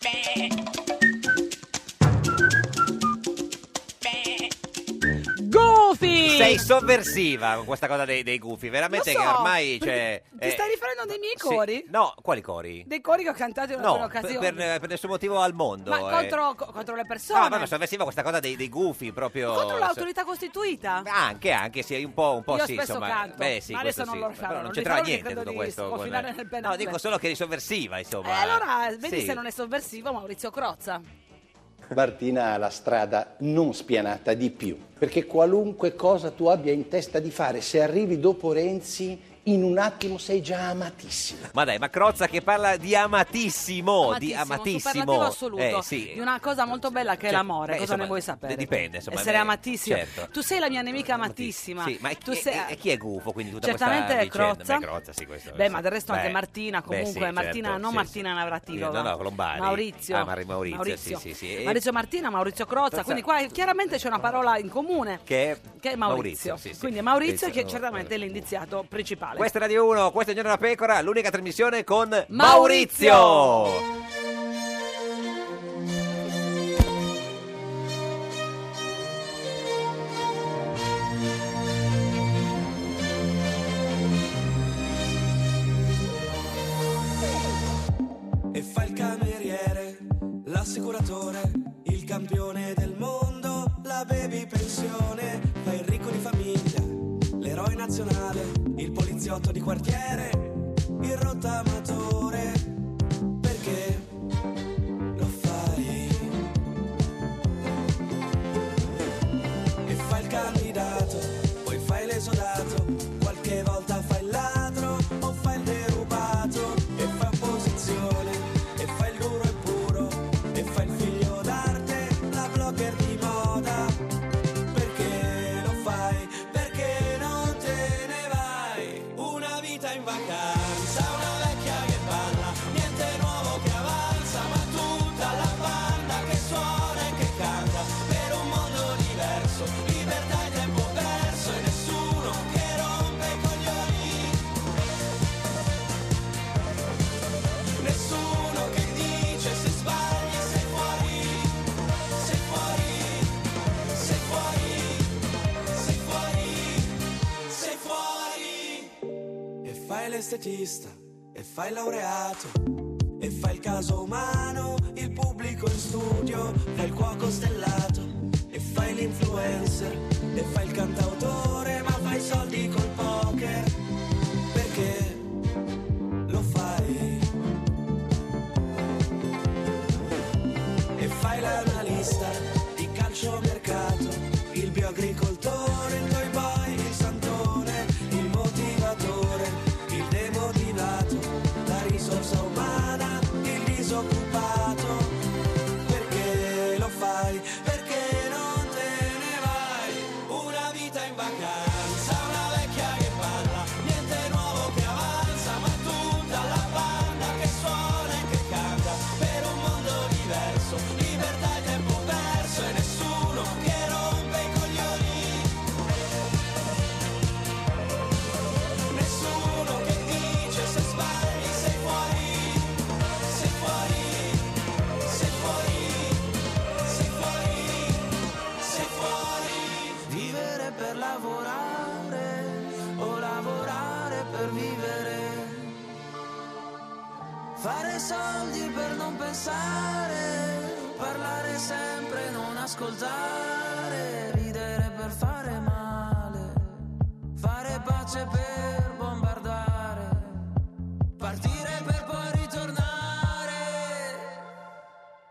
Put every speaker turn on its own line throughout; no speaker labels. Beh. Beh.
Goofy!
Sei sovversiva con questa cosa dei, dei gufi, veramente
Lo so,
che ormai.
perché
Cioè,
ti stai riferendo dei miei
sì,
cori?
no, quali cori?
Dei cori che ho cantato in
no, per,
occasione.
per- per nessun motivo al mondo.
Ma
eh.
contro, co- contro le persone?
No, ma è sovversiva questa cosa dei, dei gufi proprio.
contro l'autorità costituita?
Anche, anche, sì, un po', un po'
Io
sì,
spesso
insomma.
canto,
Beh, sì,
ma
questo
adesso non
sì.
lo farò,
Però
non
non
li
c'entrava
farò,
niente
credo
tutto
di
questo. con-
sconfinare nel
No,
penale.
dico solo che eri sovversiva,
Eh,
insomma.
allora, vedi
Sì.
se non è sovversivo Maurizio Crozza.
Martina ha la strada non spianata di più, perché qualunque cosa tu abbia in testa di fare, se arrivi dopo Renzi, in un attimo sei già amatissima.
Ma dai, ma Crozza che parla di amatissimo, Oh, di
superlativo
amatissimo.
assoluto
Eh, sì.
di una cosa molto bella che è
Cioè,
l'amore.
beh,
Cosa
insomma,
ne vuoi sapere?
dipende, insomma,
Essere
eh,
amatissimo.
certo.
Tu sei la mia nemica amatissima.
Sì, ma e
tu
chi,
sei...
e- e chi è gufo? Quindi tutta
Certamente
questa
è
vicenda?
Crozza.
Beh, Crozza, sì, questo-
Bè, ma del resto
beh,
anche Martina,
beh,
comunque,
sì,
Martina,
certo,
non
sì,
Martina
sì.
Navratilova.
No, no, Colombari.
Maurizio.
Ah, Mari- Maurizio,
Maurizio.
sì, sì, sì. E-
Maurizio Martina, Maurizio Crozza.
Crozza.
Quindi qua eh, chiaramente c'è una parola in comune.
Che è,
Che è Maurizio.
sì, sì.
Quindi è Maurizio che è
Maurizio,
certamente è l'indiziato principale.
Questa è Radio 1, questo è Il Giorno della Pecora, l'unica trasmissione con
Maurizio!
Maurizio!
e fa il cameriere, l'assicuratore, il campione del mondo, la baby pensione, fa il ricco di famiglia, l'eroe nazionale, il poliziotto di quartiere, il rottamatore, perché lo fai. E fa il candidato, poi fai l'esodato, qualche volta fai il ladro o fai il derubato e fa opposizione, e fa il duro e puro, e fa il figlio d'arte, la blogger di moda. Perché lo fai? Perché non te ne vai? Una vita in vacanza, una vecchia che parla, niente nuovo che avanza, ma tutta la banda che suona e che canta per un mondo diverso, libertà e tempo perso e nessuno che rompe i coglioni. Nessuno che dice se sbagli sei fuori, sei fuori, sei fuori, sei fuori, sei fuori. E fai l'estetista, e fai il laureato, e fai il caso umano, il pubblico in studio, fai il cuoco stellato, e fai l'influencer, e fai il cantautore, ma fai soldi col poker, perché lo fai. e fai l'analista di calciomercato, il bioagricoltore, il toy boy, il santone, il motivatore, il demotivato, la risorsa umana, il disoccupato. Perché lo fai? Perché non te ne vai? Una vita in vacanza, una vecchia che parla, niente nuovo che avanza, ma tutta la banda che suona e che canta per un mondo diverso, libertà e tempo perso e nessuno che rompe i coglioni. Nessuno che dice se sbagli sei fuori, sei fuori, sei fuori, sei fuori, sei fuori. Vivere per lavorare o lavorare per vivere. Fare soldi per non pensare, parlare sempre, non ascoltare, ridere per fare male, fare pace per bombardare, partire per poi ritornare.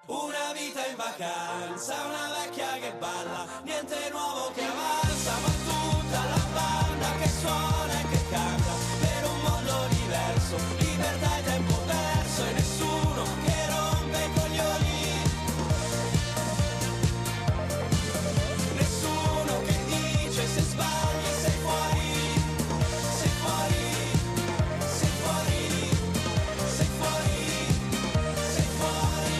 Una vita in vacanza, una vecchia che balla, niente nuovo che avanza, ma tutta la banda che suona e che canta per un mondo diverso, libertà e tempo perso e nessuno che rompe i coglioni. Nessuno che dice se sbagli sei fuori, sei fuori, sei fuori, sei fuori, sei fuori.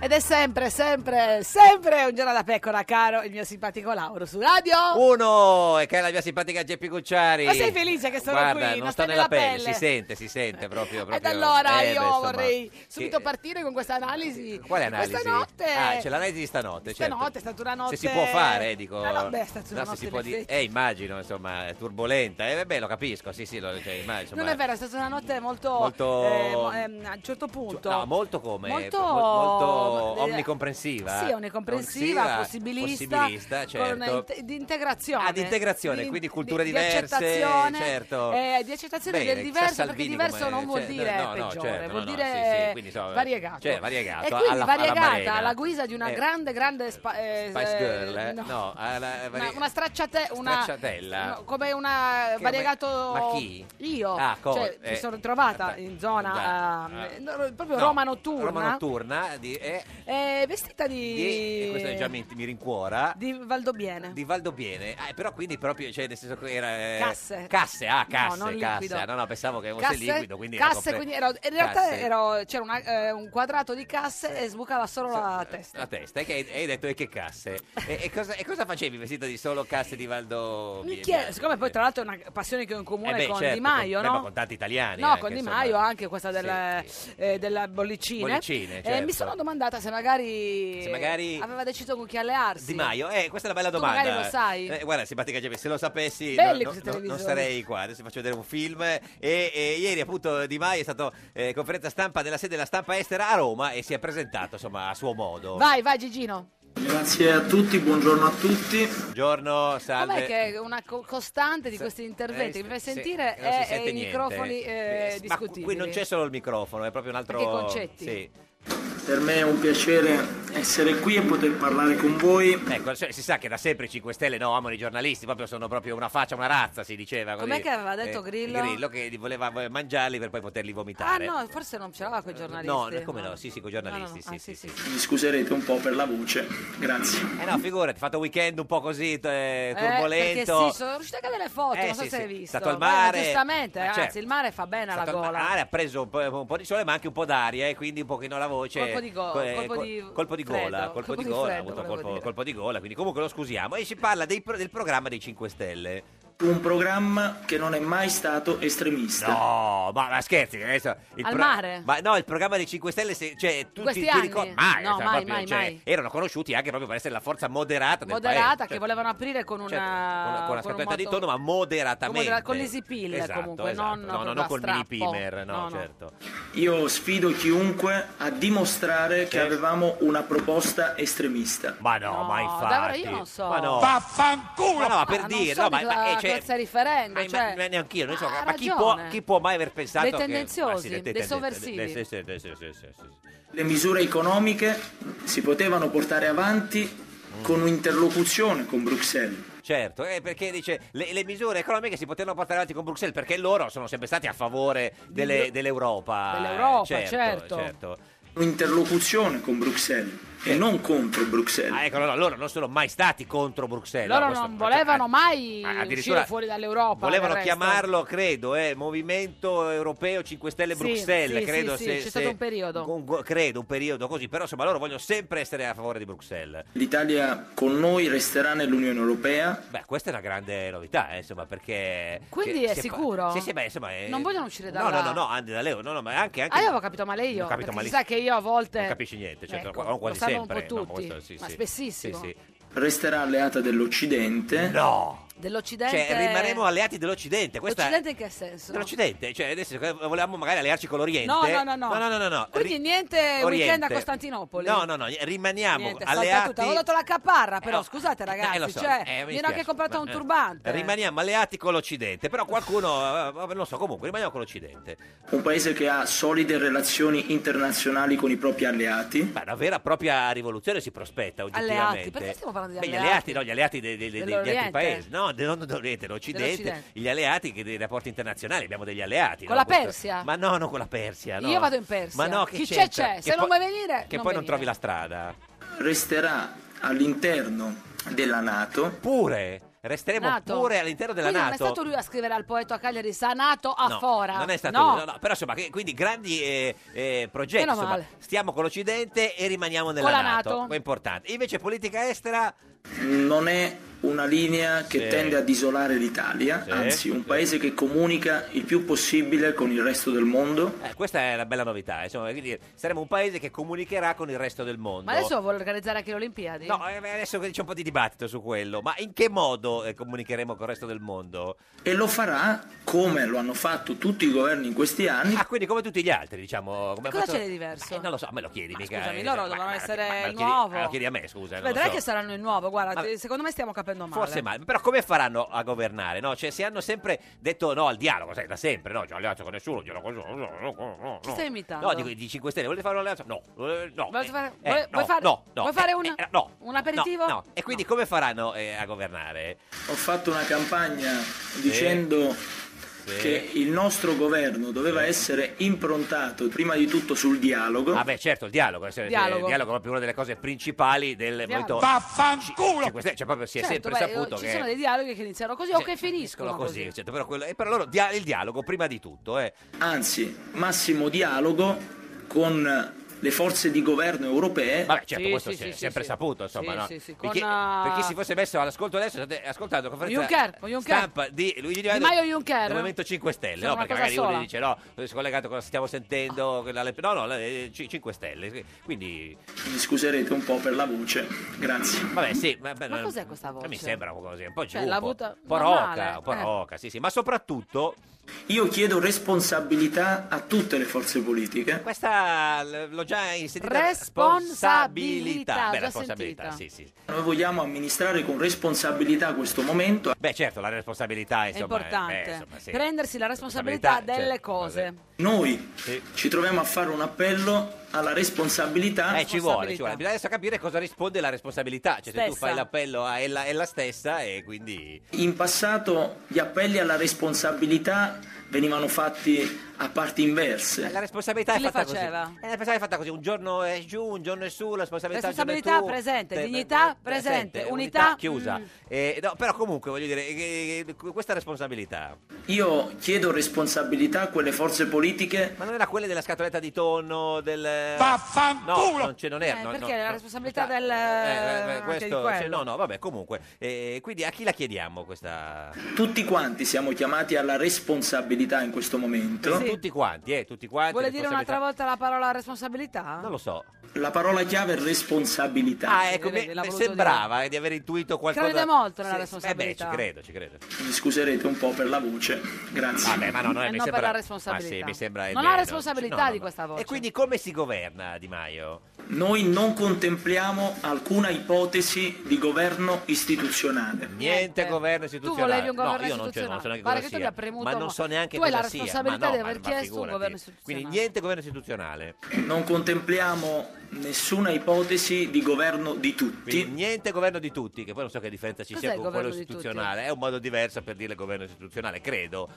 Ed è sempre, sempre, sempre un giorno da pecora, caro il mio simpatico Lauro su radio.
Uno, e che è la mia simpatica Geppi Cucciari.
Oh. Ma sei felice che sono
Guarda,
qui?
non,
Non
sta
stai
nella
nella
pelle.
pelle. Eh,
si sente, si sente proprio.
Ed
proprio-
allora
eh,
io
beh, insomma,
vorrei subito
che-
partire con questa analisi.
Quale analisi?
Questa notte.
Ah, c'è l'analisi di stanotte. certo.
Stanotte, è stata una notte.
Se si può fare, eh, dico.
Ah, no, beh, è stata una
No, se
notte
si può
in
dire-
effetti.
Eh, immagino, insomma, è turbolenta. Eh, beh, lo capisco, sì, sì, lo, cioè, immagino.
Non
ma-
è vero, è stata una notte molto.
Molto- Cioè,
eh, mo- ehm, a un certo punto.
No, molto come?
Molto-
Mol- molto
eh,
omnicomprensiva. eh.
Sì, è un'incomprensiva, possibilista,
possibilista,
con
certo.
inte- di integrazione.
Ah, di integrazione, quindi culture
di
diverse,
accettazione,
certo.
eh, di accettazione
Bene,
del
chissà
diverso, perché
Salvini
diverso
come-
non vuol
cioè,
dire eh,
no, no,
peggiore,
certo,
vuol
no, no,
dire
sì, sì, quindi, insomma,
variegato.
cioè, variegato,
E quindi
alla- alla
variegata,
Marena.
alla, guisa di una
Eh,
grande, grande spa- eh,
Spice
eh,
Girl, eh?
no.
No, alla-
Una,
varie-
una stracciate- una-
Stracciatella.
no, come una
Che-
variegato
ma chi?
io
Ah, co-
cioè,
eh,
mi sono trovata in zona
da-
ehm,
ah.
no, proprio
No,
Roma notturna,
Roma notturna di, eh,
eh, vestita di,
di- Eh, e questo già mi, mi rincuora.
di Valdobiene
Di Valdobiene, ah, però quindi proprio, cioè nel senso che era... eh,
Casse.
Casse, ah, casse,
non
casse.
liquido.
Ah, No, no, pensavo che fosse
Casse,
liquido, quindi... era
casse,
compre-
quindi ero- in realtà
Casse.
ero- c'era una- eh, un quadrato di casse e sbucava solo la testa.
eh, La testa, e che hai, hai detto e che casse? E, e cosa, e cosa facevi vestita di solo casse di Valdo?
Mi chiedo, siccome poi tra l'altro è una passione che ho in
Eh
comune con Di Maio,
certo, Ma
no?
con tanti italiani.
No,
anche,
con Di
insomma.
Maio anche questa della, eh, della bollicine.
Bollicine,
Eh,
certo.
mi sono domandata se magari,
Se magari-
aveva deciso con chi allearsi.
Di Maio, eh, questa è una bella
Tu
domanda.
magari lo sai.
Eh, guarda, simpatica Geppi, se lo sapessi
Belli
no-
questi
no- non
televisori.
sarei qua. Adesso faccio vedere un film. E, e ieri, appunto, Di Maio è stato eh, conferenza stampa della sede della stampa estera a Roma e si è presentato, insomma, a suo modo.
Vai, vai Gigino.
Grazie a tutti, buongiorno a tutti.
Buongiorno, salve.
Com'è che è una co- costante di
Sa-
questi
eh,
interventi che mi fai
sì,
sentire
non si
è,
sente
è i
niente.
microfoni eh,
Eh, ma
discutibili.
qui non c'è solo il microfono, è proprio un altro...
Anche i concetti.
Sì.
Per me è un piacere essere qui e poter parlare con voi.
Ecco, cioè, si sa che da sempre i 5 Stelle no, amano i giornalisti, proprio sono proprio una faccia, una razza, si diceva. così. Eh,
Com'è che aveva detto Grillo?
Grillo che li voleva eh, mangiarli per poi poterli
Ah
vomitare.
no, forse non ce l'aveva con i giornalisti.
Eh, No, no, come no? Sì, sì, con i giornalisti, sì,
Ah,
sì, sì.
Mi scuserete un po' per la voce. Grazie.
Eh no, figurati, fatto un weekend un po' così eh,
Eh, perché
turbolento.
sì, sono riuscite anche delle foto,
Eh,
non so
sì,
se
sì.
hai visto.
Stato al
Ma
mare.
giustamente,
Ma
anzi,
certo.
il mare fa bene alla
Stato al
gola.
mare, ha preso un po', un po' di sole ma anche un po' d'aria e quindi un pochino la voce
Colpo di go-
co- eh,
colpo
col-
di
colpo di
freddo,
gola colpo, di gola ha
freddo,
avuto
volevo
colpo,
dire.
colpo di gola quindi comunque lo scusiamo e si parla dei pro- del programma dei 5 Stelle
Un programma che non è mai stato estremista.
No, ma, ma scherzi, adesso il
Al mare?
Ma no, il programma dei 5 Stelle, se- cioè, tu
questi
ti, ti
anni?
ricordi mai,
No,
cioè,
mai,
proprio,
mai,
cioè,
mai.
erano conosciuti anche proprio per essere la forza moderata del
Moderata,
paese,
che
cioè,
volevano aprire con una...
certo, con la- con la
con un
scatoletta di
motto-
tonno, ma moderatamente.
con modera- con l'easy pill,
Esatto,
comunque,
esatto.
non
no, no,
proprio
non
da
col mini
strappo.
pimer, no,
No, no.
certo.
Io sfido chiunque a dimostrare che avevamo una proposta estremista.
Ma no,
No,
ma infatti.
davvero io non so.
Ma no.
Vaffanculo!
Ma no, ma per
Ah, non
dire,
so
no,
di
ma, ma-
cosa-
eh, cioè,
a cosa stai riferendo,
ma- ma-
cioè.
ma neanche io, non so,
Ah,
ma chi
ragione.
può, chi può mai aver pensato
Dei
che-
tendenziosi,
ah, sì,
dei
tendenzi-
sovversivi.
dei- sì, sì, sì, sì, sì, sì, sì.
Le misure economiche si potevano portare avanti con un'interlocuzione con Bruxelles.
Certo, eh, perché dice le, le misure economiche si potevano portare avanti con Bruxelles perché loro sono sempre stati a favore delle- dell'Europa.
Dell'Europa,
eh, certo.
certo.
Un'interlocuzione con Bruxelles e non contro Bruxelles.
Ah, ecco, no, no, loro non sono mai stati contro Bruxelles.
Loro
no, questo-
non volevano
cioè,
mai
a- addirittura
uscire fuori dall'Europa.
Volevano
del resto.
chiamarlo, credo, eh, Movimento Europeo 5 Stelle
Sì,
Bruxelles,
sì,
credo.
sì,
se-
sì, c'è
se-
stato un periodo.
un- credo, un periodo così, però insomma loro vogliono sempre essere a favore di Bruxelles.
L'Italia con noi resterà nell'Unione Europea.
Beh, questa è una grande novità, eh, insomma, perché...
Quindi
che
è
si fa-
sicuro?
Sì, sì, beh, insomma... eh,
Non vogliono uscire
No, no,
dalla-
no, no, anche da Leo, no, no, ma anche... anche
Ah, io avevo capito male io.
Ho capito
perché
malissimo.
si sa che io a volte.
Non capisci niente, certo,
Ecco,
qua- quasi
lo sanno
sempre.
un po'
no,
tutti,
questo Ah, sì,
ma
sì.
spessissimo.
Sì,
Resterà alleata
sì.
dell'Occidente.
No!
Dell'Occidente.
Cioè, rimaremo alleati dell'Occidente. Questa...
L'Occidente in che senso?
Dell'Occidente, cioè adesso eh, volevamo magari allearci con l'Oriente.
No, no, no, no.
no, no, no, no.
Quindi
Ri-
niente weekend a Costantinopoli.
No, no, no, rimaniamo
Niente, salta
alleati.
tutta. Avevo dato la caparra,
Eh,
però
oh,
scusate ragazzi,
eh, lo so,
cioè,
eh, mi
mi ero
dispiace,
anche comprato
ma,
un
eh,
turbante.
Rimaniamo alleati con l'Occidente, però qualcuno, eh, eh, non so, comunque rimaniamo con l'Occidente.
Un paese che ha solide relazioni internazionali con i propri alleati.
Ma una vera e propria rivoluzione si prospetta oggettivamente.
Alleati, perché stiamo parlando di
Beh, gli
alleati?
alleati? no, gli alleati de- de- de- degli altri
Dell'Oriente?
paesi. No, de- non dell'Oriente, l'Occidente,
Dell'Occidente.
gli alleati che dei rapporti internazionali, abbiamo degli alleati.
Con
no?
la
Questo-
Persia?
Ma no, non con la Persia. no.
Io vado in Persia.
Ma no, che
Chi c'è,
c'entra?
c'è.
Che
Se non
poi-
vuoi venire,
Che
non
poi non
venire.
trovi la strada.
Resterà all'interno della Nato
Pure. resteremo
Nato.
pure all'interno della
Quindi
Nato.
non è stato lui a scrivere al poeta a Cagliari Sanato a
No,
Fora.
Non è stato
No.
lui, no, no. Però insomma, che- quindi grandi eh, eh, progetti.
Meno
Insomma,
male.
stiamo con l'Occidente e rimaniamo nella
Con la
NATO.
NATO.
È importante. Invece politica estera...
non è una linea che
Sì.
tende ad isolare l'Italia,
Sì,
anzi un
sì.
paese che comunica il più possibile con il resto del mondo.
eh, questa è la bella novità, insomma, quindi saremo un paese che comunicherà con il resto del mondo.
Ma adesso vuole organizzare anche le Olimpiadi?
No, eh, adesso c'è un po' di dibattito su quello, ma in che modo eh, comunicheremo con il resto del mondo?
E lo farà come lo hanno fatto tutti i governi in questi anni.
Ah, quindi come tutti gli altri, diciamo. Come ha
Cosa
fatto-
c'è di diverso?
Eh, non lo so, me lo chiedi mica.
scusami,
eh,
loro
ma-
dovranno
ma- ma-
essere
ma
il
lo chiedi-
nuovo.
ma Lo chiedi a me, scusa. non lo
Vedrai
so.
che saranno il nuovo, guarda,
Ma-
secondo me stiamo capendo male.
Forse male, però come faranno a governare? No? Cioè, si hanno sempre detto no al dialogo, sai, da sempre, no? C'è alleanza con nessuno, dialogo con nessuno, no, no, no,
Chi
no.
stai imitando?
No, dico di 5 Stelle, volete fare un'alleanza? No, eh, no.
Vuoi
eh,
fare,
eh,
vuoi-
no,
vuoi fare-
no, no,
vuoi fare
eh,
un,
eh, no,
un aperitivo?
No, no. E quindi come faranno eh, a governare?
Ho fatto una campagna dicendo che il nostro governo doveva essere improntato prima di tutto sul dialogo.
Ah beh, certo, il dialogo. eh, se- se- Il dialogo,
Dialogo.
è proprio una delle cose principali del movimento.
Vaffanculo!
5 Stelle, cioè proprio si è
Certo,
sempre
beh,
saputo
ci
che...
sono dei dialoghi che iniziano così o che finiscono
Solo
così.
così, certo, però, quello- eh, però loro dia- il dialogo prima di tutto. Eh.
Anzi, massimo dialogo con le forze di governo europee.
Vabbè, certo, questo si è sempre saputo, insomma,
Sì,
no?
sì, sì,
Per,
con,
chi,
eh,
per chi si fosse messo all'ascolto adesso, state ascoltando la conferenza
Juncker, con Juncker.
stampa di Luigi Di
Di Maio Juncker.
del Movimento 5 Stelle,
Sono
no?
una
Perché
cosa
magari uno
sola. Ah.
dice no, sono collegato con la stiamo sentendo, quella- no, no, la- eh, ci- 5 Stelle, quindi...
Mi scuserete un po' per la voce, grazie.
Vabbè, sì, ma, beh,
Ma
no,
cos'è questa voce?
Eh, Mi sembra un po' così, un po' giù,
Cioè, l'ha
un po',
avuta
un po'
normale,
roca, un po'
eh.
roca, sì, sì, ma soprattutto
Io chiedo responsabilità a tutte le forze politiche.
questa l- l'ho già inserita
Responsabilità,
Beh,
già
responsabilità, sì,
sentita.
sì.
Noi vogliamo amministrare con responsabilità questo momento.
Beh, certo, la responsabilità
È
insomma,
importante
eh, insomma, sì.
prendersi la responsabilità
Responsabilità,
delle
certo,
cose.
Noi ci troviamo a fare un appello alla responsabilità.
Eh, ci vuole, ci vuole. Bisogna adesso capire cosa risponde la responsabilità. Cioè, se tu
Stessa.
fai l'appello a ella, ella stessa e quindi...
In passato gli appelli alla responsabilità venivano fatti a parti inverse.
Cioè, La responsabilità
Chi
è
le
fatta
faceva?
così. Eh, La responsabilità è fatta così. Un giorno è giù, un giorno è su, la responsabilità,
Responsabilità presente, dignità presente, unità,
eh, chiusa.
mm.
Eh, no, però comunque voglio dire, eh, eh, questa responsabilità.
Io chiedo responsabilità a quelle forze politiche.
Ma non era quella della scatoletta di tonno, del...
Vaffanculo!
No, non, ce non era.
Eh,
no, no,
perché la
no.
responsabilità del
Eh, eh,
anche di
questo,
quello.
cioè, no, no, vabbè, comunque. Eh, quindi a chi la chiediamo questa...
Tutti quanti siamo chiamati alla responsabilità in questo momento.
Sì. Tutti quanti, eh, tutti quanti.
Vuole dire un'altra volta la parola responsabilità?
Non lo so.
La parola chiave è responsabilità.
Ah, ecco,
vedi,
mi-
l'ha
mi
voluto
sembrava eh, di aver intuito qualcosa.
Crede molto nella
Sì,
responsabilità.
Eh beh, ci credo, ci credo.
Mi scuserete un po' per la voce. Grazie.
Vabbè, ma no, non è,
Eh
mi
no, per
sembra-
la responsabilità.
Ah, sì, mi sembra
Non
è
ha
vero.
responsabilità
No, no,
di
no.
questa voce.
E quindi come si governa Di Maio?
Noi non contempliamo alcuna ipotesi di governo istituzionale.
Niente governo
Tu
istituzionale.
volevi un governo
no, io non, ce-
istituzionale.
non so neanche
Pare
cosa
che tu
sia.
abbia premuto,
ma non
ma
so neanche
tu hai
cosa
la
sia.
responsabilità
ma no,
di aver
ma- ma
chiesto un
figurati.
governo istituzionale.
Quindi niente governo istituzionale.
Non contempliamo nessuna ipotesi di governo di tutti.
Quindi niente governo di tutti, che poi non so che differenza ci
Cos'è
sia
il
con quello
governo di tutti?
istituzionale. È un modo diverso per dire governo istituzionale, credo.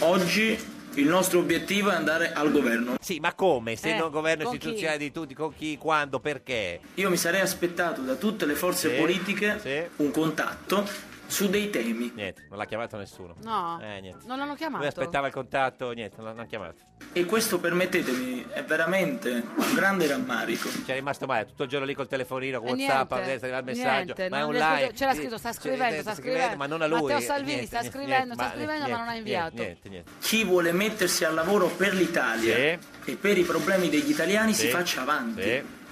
Oggi il nostro obiettivo è andare al governo.
Sì, ma come? Se
Eh,
non governo
con chi?
istituzionale di tutti, con chi, quando, perché?
Io mi sarei aspettato da tutte le forze
Sì,
politiche un contatto su dei temi.
Niente, non l'ha chiamato nessuno.
No.
Eh, niente.
Non l'hanno chiamato.
Lui aspettava il contatto, niente, non l'hanno chiamato.
E questo, permettetemi, è veramente un grande rammarico.
Ci è rimasto male, tutto il giorno lì col telefonino, con
E
WhatsApp,
Eh, niente,
a destra arriva il messaggio.
niente,
ma è
non
un
riesco-
live.
c'era scritto, sta
Sì,
scrivendo, sta scrivendo.
ma non a lui.
Matteo Salvini
niente,
sta
niente,
scrivendo, sta
ma-
scrivendo, ma non ha
niente,
inviato.
Niente, niente.
Chi vuole mettersi al lavoro per l'Italia e per i problemi degli italiani si
Sì.
faccia avanti.
Sì.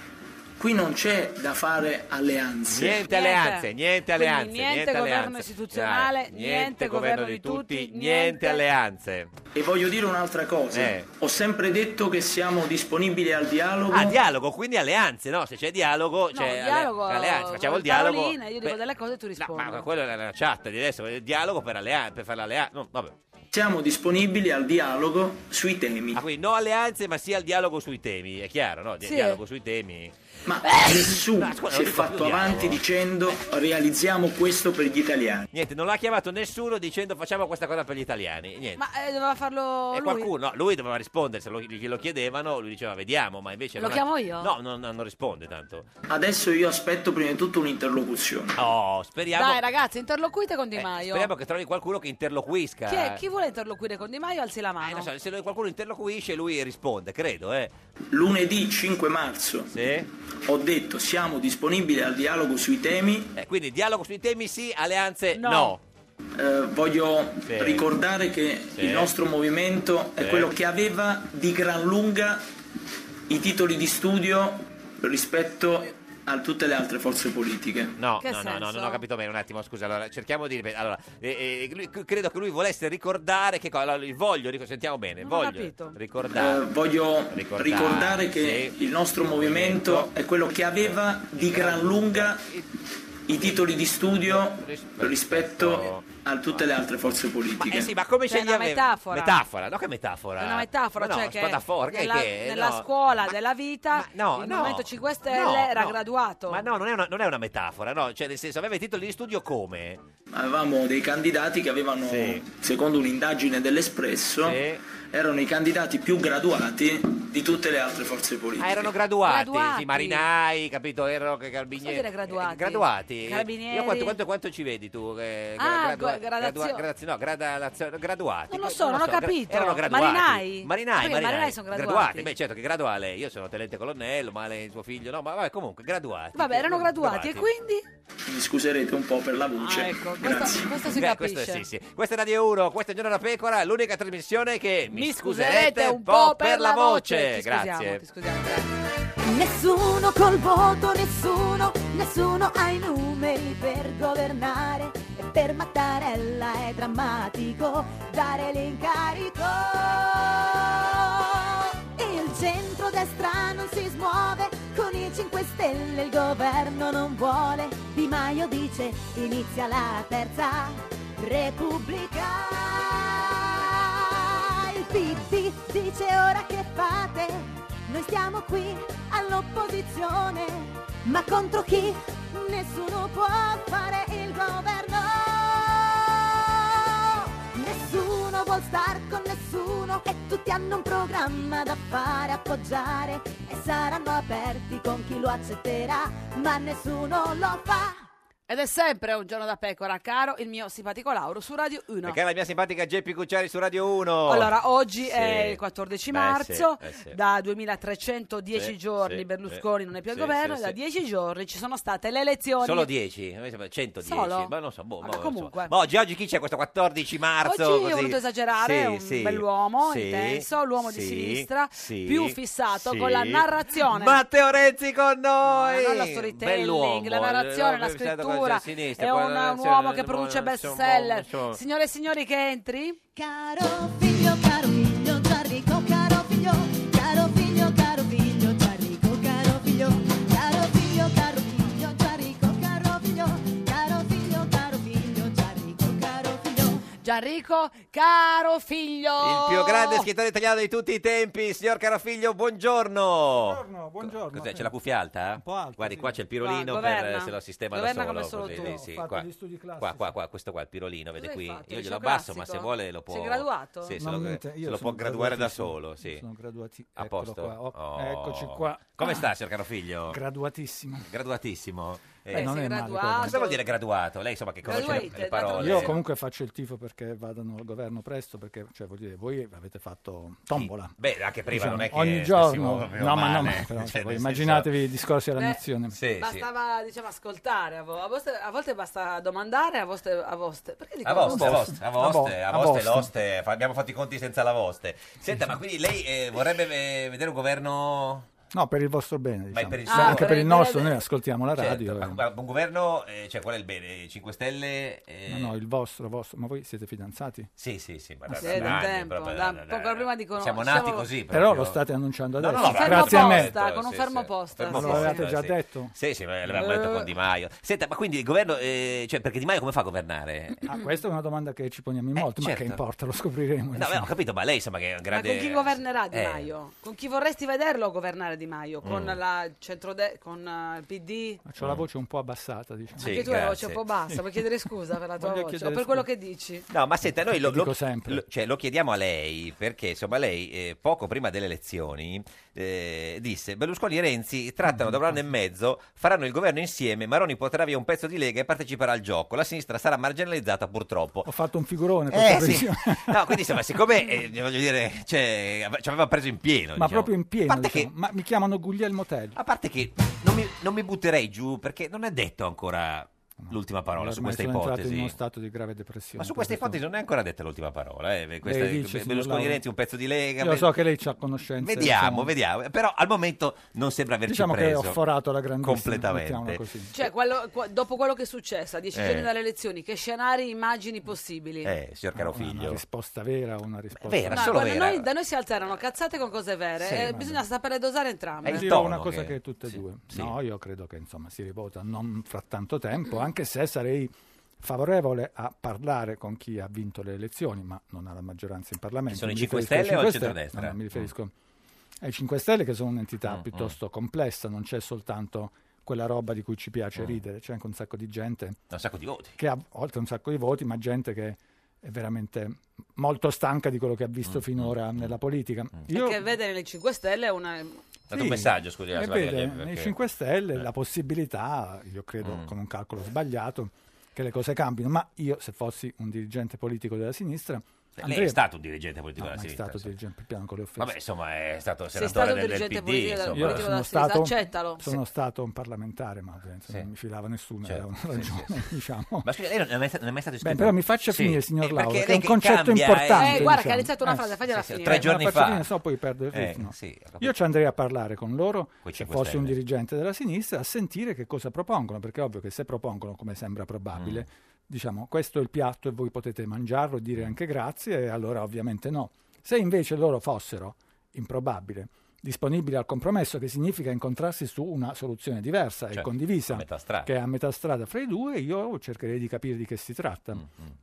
Qui non c'è da fare alleanze.
Niente alleanze, niente
Quindi
alleanze.
niente governo
alleanze.
istituzionale,
Dai,
niente governo di tutti, niente-
niente alleanze.
E voglio dire un'altra cosa.
Eh.
Ho sempre detto che siamo disponibili al dialogo.
Ah, dialogo, quindi alleanze, no? Se c'è dialogo,
No,
c'è
il dialogo,
Cioè, alle- alleanze. Facciamo il dialogo.
paroline, Io dico
Beh,
delle cose e tu rispondi.
Ma quello è la chat di adesso, il dialogo per, allea- per fare l'alleanza. No, vabbè.
Siamo disponibili al dialogo sui temi.
Ah, quindi no alleanze, ma sia il dialogo sui temi, è chiaro, no? Di-
Sì.
Dialogo sui temi.
Ma
Eh,
nessuno
scusa, non
si è
ti fa più
fatto
dialogo.
avanti dicendo realizziamo questo per gli italiani.
Niente, non l'ha chiamato nessuno dicendo facciamo questa cosa per gli italiani. Niente.
Ma eh, doveva farlo
e
lui?
qualcuno, no, lui doveva rispondere, se lo, glielo chiedevano, lui diceva vediamo, ma invece...
Lo
non ha-
chiamo io?
No, non, non risponde tanto.
Adesso io aspetto prima di tutto un'interlocuzione.
Oh, speriamo,
Dai ragazzi, interloquite con Di Maio.
Eh, speriamo che trovi qualcuno che interloquisca.
chi, è- chi vuole interloquire con Di Maio alzi la
Eh, non
mano.
so, se qualcuno interloquisce lui risponde, credo, eh.
Lunedì 5 marzo ho detto siamo disponibili al dialogo sui temi.
Eh, quindi dialogo sui temi sì, alleanze no.
Eh, voglio ricordare che
Sì.
il nostro movimento è
Sì.
quello che aveva di gran lunga i titoli di studio rispetto a tutte le altre forze politiche.
No, no, no, no, non ho capito bene un attimo, scusa. Allora, cerchiamo di ripetere. Allora, eh, eh, lui- c- credo che lui volesse ricordare che cosa. Allora, il voglio, ric- sentiamo bene,
Non ho
voglio
capito.
ricordare.
Eh, voglio
Ricordare,
ricordare che il nostro movimento è quello che aveva di gran lunga i titoli di studio rispetto a tutte le altre forze
Ma, eh
politiche.
sì, ma come
Cioè,
ce li
una
aveva?
metafora.
Metafora, no che metafora?
È una metafora,
Ah, Ma no,
cioè che
spadafora, che-
nella,
che-
nella
no.
scuola della vita
no,
il
no.
Movimento 5 Stelle era graduato.
Ma no, non è, una, non è una metafora, no, cioè nel senso aveva i titoli di studio come?
Avevamo dei candidati che avevano, secondo un'indagine dell'Espresso, erano i candidati più graduati di tutte le altre forze politiche.
Ah, erano graduati,
Graduati.
sì, marinai, capito? Erano che
Cosa vuol dire
carabinieri.
graduati?
Graduati.
Carabinieri.
Io quanto, quanto, quanto ci vedi tu? Eh,
Ah, gu- gradazio-
gradazio- no, gradazio- graduati.
Non lo so, non ho
gra-
capito.
Erano graduati.
Marinai?
Marinai,
Ah, perché i marinai sono graduati.
Beh, certo che gradua lei. Io sono tenente colonnello, ma lei suo figlio no, ma vabbè, comunque graduati.
Vabbè, erano graduati e quindi?
Mi scuserete un po' per la voce.
Ah, ecco, questa-
Grazie.
questa si
Beh, Eh, questo è-
capisce.
sì, sì. Questa è Radio 1, questa è Giorno da Pecora, l'unica trasmissione che mi,
Mi
scuserete un po' per la voce. Eh, Grazie.
Nessuno col voto, nessuno, nessuno ha i numeri per governare e per Mattarella è drammatico dare l'incarico. Il centro-destra non si smuove, con i 5 Stelle il governo non vuole. Di Maio dice inizia la terza Repubblica. Il PD dice ora che fate? Noi stiamo qui all'opposizione, ma contro chi? Nessuno può fare il governo. Nessuno vuol star con nessuno e tutti hanno un programma da fare, appoggiare e saranno aperti con chi lo accetterà, ma nessuno lo fa.
Ed è sempre un giorno da pecora, caro il mio simpatico Lauro su Radio 1.
Perché è la mia simpatica Geppi Cucciari su Radio 1.
Allora, oggi
Sì.
è il 14
Beh,
marzo,
sì, eh, sì.
da 2310
Sì,
giorni
sì,
Berlusconi
sì.
non è più al
Sì,
governo,
sì,
da
sì.
10 giorni ci sono state le elezioni.
Solo 10, a me sembra 110,
Solo?
ma non so, boh,
Ma
boh,
comunque.
non so. Ma oggi, oggi chi c'è questo 14 marzo?
Oggi
così?
ho voluto esagerare, è un
Sì, sì.
bell'uomo,
Sì,
intenso, l'uomo di
sì,
sinistra,
sì,
più fissato
sì.
con la narrazione. Ah,
Matteo Renzi con noi!
non la storytelling,
Bell'uomo, eh,
la narrazione, la
l'uomo fissato con la
scrittura.
sinistra,
è
con la
un, un
narrazione,
uomo che
insomma,
produce best
insomma,
seller.
insomma.
Signore e signori, che entri?
Caro figlio, caro figlio, Gianrico, caro figlio, caro figlio, caro figlio, Gianrico, caro figlio, caro figlio, caro figlio, Gianrico, caro figlio, caro figlio, caro figlio, Gianrico, caro figlio.
Gianrico, caro figlio.
Il più grande scrittore italiano di tutti i tempi, signor caro figlio, buongiorno!
Buongiorno, buongiorno.
Cos'è, c'è la cuffia alta? Un
po' alta,
Guardi,
sì.
qua c'è il pirolino
No,
per
governa.
se lo sistema
Governa
da
come
solo.
solo tu. Io ho fatto
qua,
gli studi classici.
qua, qua, qua, questo qua è il pirolino, vede
Cosa hai
qui.
fatto?
Io
Liceo
glielo abbasso, ma
classico?
se vuole lo può.
Sei graduato?
Sì, se
No,
lo,
niente,
se
io
lo
sono
può graduare da
graduatissimo.
solo, sì.
Sono graduati-
A
eccolo
posto?
qua. Oh,
Oh.
eccoci qua.
Come
Ah.
sta, signor caro figlio?
Graduatissimo.
Graduatissimo.
Eh, non è male, Graduato. guarda.
Cosa vuol dire graduato? Lei insomma che conosce le- le,
Graduate,
parole.
Io comunque faccio il tifo perché vadano al governo presto, perché cioè, vuol dire, voi avete fatto tombola.
Beh, anche prima
Diciamo,
non è che
Ogni
stessimo
giorno.
proprio
No, ma no, ma
male.
però,
Cioè,
cioè, voi
nel
immaginatevi
senso-
i discorsi alla
Beh,
nazione.
Eh, Bastava diciamo ascoltare, a, vo- a volte, a volte basta domandare, a volte, a volte. Perché dico
A voste, a voste, a voste,
A
a
vo-
voste,
a voste.
l'oste, fa- abbiamo fatto i conti senza la voste. Senta, ma quindi lei eh, vorrebbe eh, vedere un governo
No, per il vostro bene,
Ma è
diciamo.
per il
Sì,
suo-
anche per il nostro,
bene.
noi ascoltiamo la
Certo,
radio.
ma-
eh.
ma un governo, eh, cioè qual è il bene? 5 Stelle? eh,
No, no, il vostro, vostro, ma voi siete fidanzati?
Sì, sì, sì, ma
Ma
da-
siete
da anni,
tempo,
proprio
da-
da-
poco prima di conoscere-
Siamo nati
siamo-
così.
Però
proprio.
lo state annunciando
No, no,
adesso.
no, ma-
Grazie a me. Certo,
posta, con un fermo posta,
fermo
sì, sì. L'avete già
sì.
detto?
Sì, sì, ma l'avevamo detto
Eh.
con Di Maio. Senta, ma quindi il governo, eh, cioè perché Di Maio come fa a governare?
Ah, questa è una domanda che ci poniamo in molti,
certo.
ma che importa, lo scopriremo.
No, beh,
insomma.
ho capito, ma lei insomma che è un
Ma
grande...
con chi governerà Di
Eh,
Maio? Con chi vorresti vederlo governare Di Maio? Con
Mm.
la centrode- con eh, il PD?
Ma C'ho la voce un po' abbassata, diciamo.
Mm. Sì,
Anche tu hai la voce
grazie.
un po' bassa, vuoi chiedere scusa per la tua
Voglio
voce o
chiedere
per quello
scusa.
che dici?
No, ma senta, noi lo,
Lo dico
lo-
sempre.
lo- cioè, lo chiediamo a lei perché, insomma, lei eh, poco prima delle elezioni eh, disse Berlusconi e Renzi
Mm,
trattano da un anno e mezzo, faranno il governo insieme, Maroni porterà via un pezzo di Lega e parteciperà al gioco. La sinistra sarà marginalizzata purtroppo.
Ho fatto un figurone.
Eh,
questa
sì.
previsione.
No, quindi insomma, siccome eh, voglio dire, cioè, ave- ci aveva preso in pieno.
Ma
diciamo.
proprio in pieno, diciamo. ma mi chiamano Guglielmo Tell.
A parte che non mi, non mi butterei giù perché non è detto ancora l'ultima parola su
Ormai
questa
sono entrato in
ipotesi.
uno stato di grave depressione.
Ma su questa
per questo-
ipotesi non è ancora detta l'ultima parola. Eh. Questa,
Lei dice,
Be-
signor
Berlusconi
Lauro.
Renzi, un pezzo di Lega.
Io
Be-
so che lei ha conoscenze.
Vediamo,
diciamo.
vediamo. Però al momento non sembra averci
Diciamo che
preso.
ho forato alla grandissima,
Completamente.
mettiamola così.
Cioè, quello- qua- dopo quello che è successo, a dieci
Eh.
giorni dalle elezioni, che scenari, immagini possibili?
Eh, signor caro
Ah, Una- Una
figlio.
risposta vera o una risposta...
Vera,
No,
solo
guarda,
vera.
noi- da noi si alterano cazzate con cose vere,
Sì,
eh,
vabbè.
bisogna sapere dosare entrambe.
Eh,
Io ho una cosa che, è tutte e due.
sì.
No, io credo che insomma si rivota non fra tanto tempo, anche se sarei favorevole a parlare con chi ha vinto le elezioni, ma non ha la maggioranza in Parlamento.
Che sono
Mi
i 5
riferisco ai
Stelle o il
5 Stelle.
centrodestra?
No, no, mi riferisco ai 5 Stelle che sono un'entità
Mm,
piuttosto complessa, non c'è soltanto quella roba di cui ci piace ridere, c'è anche un sacco di gente
Mm. Un sacco di voti.
che ha oltre un sacco di voti, ma gente che è veramente molto stanca di quello che ha
Mm,
visto finora nella politica. Io-
Che vedere le 5 Stelle è una...
Dato un messaggio, scusi,
e
alla
vede,
Slavia,
nei
perché-
5
eh.
Stelle la possibilità, io credo
Mm.
con un calcolo sbagliato, che le cose cambino, ma io se fossi un dirigente politico della sinistra...
Lei è stato un dirigente politico
No,
della
ma è
sinistra.
stato
insomma.
dirigente, piano con le offese.
Vabbè, insomma, è stato
Sei
senatore
stato un
del,
dirigente
PD.
politico della-
insomma.
Io
politico
sono,
della sinistra,
stato,
accettalo.
sono stato un parlamentare, ma ovviamente
Sì.
non mi filava nessuno,
Certo,
era una
sì,
ragione, diciamo.
Ma scusi, lei non è mai, sta- non è mai stato iscritto? Eh,
Beh, però mi faccia finire, signor
perché
Lauro,
lei
che è un
che
concetto
cambia,
importante.
Eh, guarda, che
diciamo.
ha iniziato una
Eh,
frase, fagliela
sì, sì,
finire.
tre
Eh,
giorni
la faccio
fa.
finire, sennò poi perdo il
Eh,
ritmo.
sì, ho capito.
Io ci andrei a parlare con loro
Coi
se
5
fossi un
Stelle.
dirigente della sinistra a sentire che cosa propongono, perché è ovvio che se propongono, come sembra probabile,
Mm.
diciamo questo è il piatto e voi potete mangiarlo e dire anche grazie, e allora ovviamente no. Se invece loro fossero, improbabile, disponibili al compromesso, che significa incontrarsi su una soluzione diversa e
Certo,
condivisa,
a metà strada.
che è a metà strada fra i due, io cercherei di capire di che si tratta.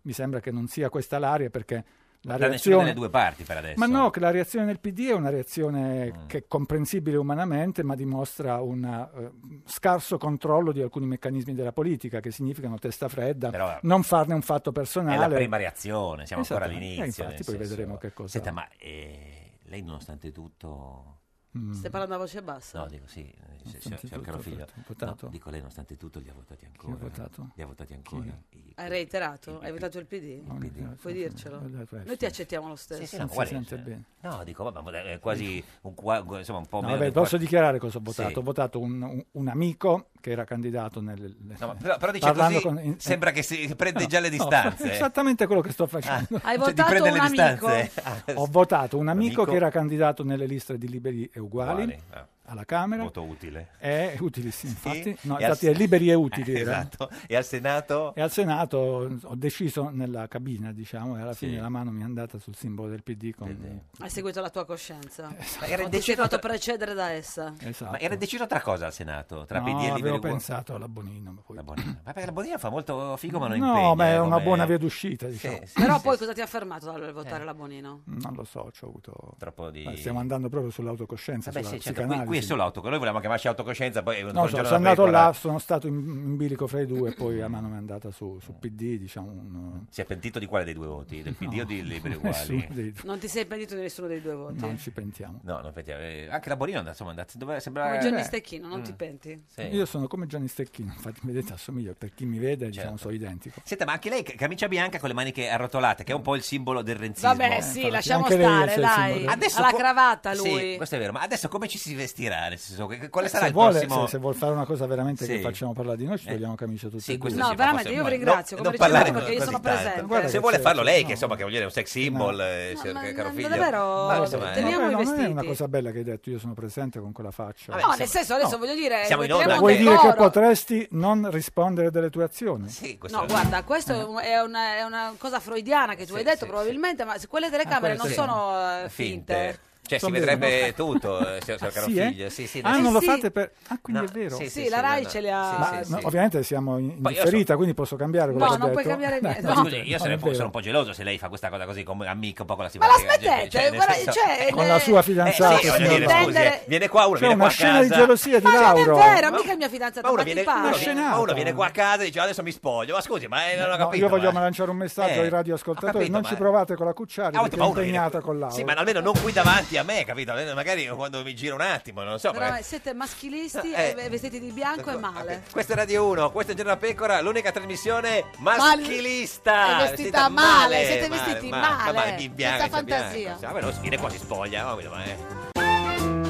Mi sembra che non sia questa l'area perché la
Mm, Da nessuna
reazione...
delle due parti per adesso. Mm.
Ma no, che la reazione del PD è una reazione che è comprensibile umanamente, ma dimostra un eh, scarso controllo di alcuni meccanismi della politica, che significano testa fredda,
Però-
non farne un fatto
È la
personale.
prima reazione, siamo ancora
Esatto.
all'inizio.
Eh, infatti,
nel
poi
senso-
vedremo che cosa-
Senta, ma eh, lei nonostante tutto...
Mm.
Stai parlando a voce bassa.
No, dico sì, eh, se- se-
Nonostante
se- caro
tutto,
figlio.
tutto, ho votato.
No, dico lei nonostante tutto li ha votati ancora. eh?
votato?
Li ha votati ancora. I-
Hai reiterato? Hai votato il PD?
No,
quindi-
no,
Puoi
sì,
dircelo?
sì, sì, sì,
Noi
sì.
ti accettiamo lo stesso.
Sì, sì,
Non
no,
si
guarda,
sente
cioè-
bene.
No, dico, vabbè, è quasi un qua- insomma un po'
No,
meno.
vabbè,
del
posso
quarto-
dichiarare cosa ho votato?
Sì.
Ho votato un, un- un amico che era candidato nel...
No, ma però, però dice
parlando
così,
in-
sembra che si prende
No,
già le
no,
distanze. eh.
esattamente quello che sto
Ah,
facendo.
Hai
cioè, di
votato
prendere
un
le
amico?
distanze. Ah,
Ho votato un amico,
Amico.
che era candidato nelle liste di Liberi e Uguali,
Uguali, ah.
alla Camera.
Voto utile.
È utilissimo,
Sì?
infatti. No,
E al-
infatti è Liberi e Utili.
Eh,
era.
Esatto. E al Senato?
E al Senato ho deciso nella cabina, diciamo, e alla
Sì.
fine la mano mi è andata sul simbolo del PD. Con...
Vede.
Hai seguito la tua coscienza.
Ma era
Non ti sei
deciso
fatto
tra-
precedere da essa.
Eh, Esatto.
Ma era deciso tra cosa al Senato? Tra
No,
PD e Liberi
avevo
Uguali?
pensato alla Bonino. ma poi-
La Bonina. Vabbè, la Bonina fa molto figo, ma non
no,
impegna.
ma è
eh,
una
come-
buona via d'uscita,
Sì,
diciamo.
sì,
Però
sì,
poi
sì.
cosa ti ha fermato dal
Eh.
votare la Bonino?
Non lo so, ci ho avuto...
Troppo di...
Ma Stiamo andando proprio sull'autocoscienza,
Vabbè,
sulla
sì, certo, qui,
psicanalisi.
qui è solo auto, noi volevamo chiamarci autocoscienza, poi... un
No, so,
giorno
sono andato
pecora
là, sono stato in, in bilico fra i due, poi la mano mi è andata su, su PD, diciamo... Un,
Si è pentito di quale dei due voti? Del PD o di Liberi
nessuno
Uguali?
dei due.
Non ti sei pentito di nessuno dei due voti?
Non ci pentiamo.
No, non pentiamo. Eh, anche la Bonina, insomma, è andata... Dove sembrava...
Come Gianni
beh.
Stecchino, non ti penti?
Mm. Sì.
Io sono come Gianni Stecchino, infatti vedete assomiglio, per chi mi vede diciamo
Certo.
sono identico.
Senta, ma anche lei, ca- camicia bianca con le maniche arrotolate, che è un po' il simbolo del renzismo.
Vabbè, sì,
infatti,
lasciamo
anche lei è
stare,
il
dai.
simbolo.
Adesso
Alla
co-
cravatta
Sì,
lui.
questo è vero, ma adesso come ci si mirare? Nel senso, che- quale
Eh,
sarà
se
il
vuole,
prossimo...
se, se vuol fare una cosa veramente che
Sì.
facciamo parlare di noi, ci
Eh.
togliamo camicia tutti
Sì,
e due.
questo
No,
si può
veramente,
fare.
io vi
No,
ringrazio,
non
come
parlare
dicevamo, perché io
così
sono
tanto.
presente.
Guarda
se
che
vuole
c'è-
farlo lei,
no.
che insomma che voglio dire è un sex symbol, eh, signor
ma-
caro
ma
figlio.
davvero,
Ma insomma,
Ma
eh,
teniamo- i
quella non è una
vestiti.
cosa bella che hai detto, io sono presente con quella faccia.
Vabbè,
No,
siamo-
nel senso, adesso
no.
voglio dire,
Siamo in
mettiamo
onda,
Vuoi
eh.
anche
dire che
loro.
potresti non rispondere delle tue azioni?
sì, questo
No,
è-
guarda, questo è un-
Eh.
è una, è una cosa freudiana che tu
Sì,
hai detto
sì,
probabilmente, ma se quelle telecamere
Ah, quelle
non
sì.
sono eh, finte.
Cioè, si
Sono
vedrebbe tutto, eh, signor signor
Ah,
caro
sì, eh?
figlio. Sì, sì,
ah,
nel
non lo
sì.
fate per... Ah, quindi
No,
è vero.
Sì, la Rai ce li ha-
Ma
sì,
no,
sì.
ovviamente siamo in in
Poi io
differita, quindi posso cambiare quello
No,
che ho
non puoi
detto?
cambiare niente.
No,
No,
scusi, io
non
sono,
è
un po',
vero.
sono un po' geloso se lei fa questa cosa così come amico un po' con la
Ma la
simpatia.
smettete,
nel
guarda,
senso-
cioè,
Eh,
Con la sua fidanzata,
sì, voglio
signor
dire,
Lauro.
scusi, eh, viene qua uno,
C'è
viene qua
una
a
scena di
casa.
gelosia di
Ma non è
Lauro.
vero, mica mia fidanzata,
Ma uno
ma
viene,
ti
uno
pare?
viene-
Scenata.
ma uno viene qua a casa e dice adesso mi spoglio. Ma scusi, ma eh, non ho
No,
capito.
io voglio
ma-
lanciare un messaggio
Eh,
ai
ho
radioascoltatori,
capito,
non
ma-
ci provate con la Cucciari
Ah, ho detto,
perché
ma
è
uno viene-
impegnata con Laura.
Sì, ma almeno non qui davanti a me, capito? Almeno Magari quando mi giro un attimo, non so.
Veramente,
magari-
siete maschilisti
Eh. Ecco,
e vestiti di bianco e male.
Questa è Radio 1, questa è Giorno da Pecora, l'unica trasmissione maschilista.
È vestita male, siete vestiti male,
ma- ma in bianco,
senza
in bianco.
fantasia.
Sì, Vabbè, non viene qua si spoglia, vabbè, ma eh.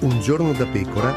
Un giorno da pecora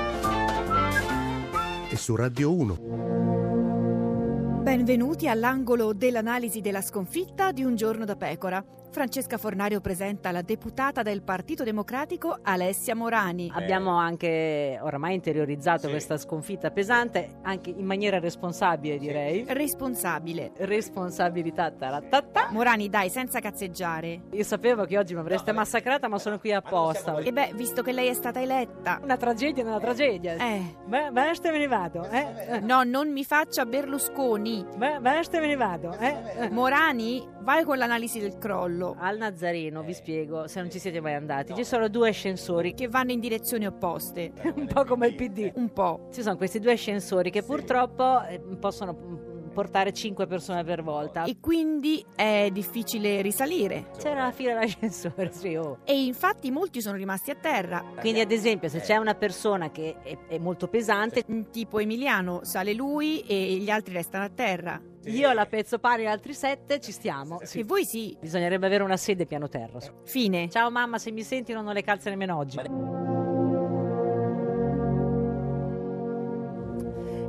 e su Radio 1.
Benvenuti all'angolo dell'analisi della sconfitta di Un giorno da pecora. Francesca Fornario presenta la deputata del Partito Democratico Alessia Morani.
Eh. Abbiamo anche oramai interiorizzato
Sì.
questa sconfitta pesante, anche in maniera responsabile direi.
Responsabile.
Responsabilità taratata.
Morani, dai, senza cazzeggiare.
Io sapevo che oggi mi avreste massacrata, ma sono qui apposta.
E beh, Eh, visto che lei è stata eletta.
Una tragedia nella tragedia.
Eh.
Beh, basta me ne vado. Eh.
No, non mi faccia Berlusconi.
Beh, basta me ne vado. Eh.
Morani, vai con l'analisi del crollo,
Al Nazareno, vi spiego, se non ci siete mai andati, ci sono due ascensori,
che vanno in direzioni opposte.
un po' come il PD.
Un po'.
Ci sono questi due ascensori che purtroppo eh, possono mm, portare 5 persone per volta. Cioè,
E quindi è difficile risalire.
C'era la fila all'ascensore, sì, oh.
E infatti molti sono rimasti a terra.
Quindi ad esempio se c'è una persona che è, è molto pesante,
Mm, Tipo Emiliano, sale lui e gli altri restano a terra.
io la pezzo pari ad altri sette, ci stiamo.
E
Sì. Eh.
voi sì.
Bisognerebbe avere una sede piano terra.
Fine.
Ciao mamma, se mi senti non ho le calze nemmeno oggi.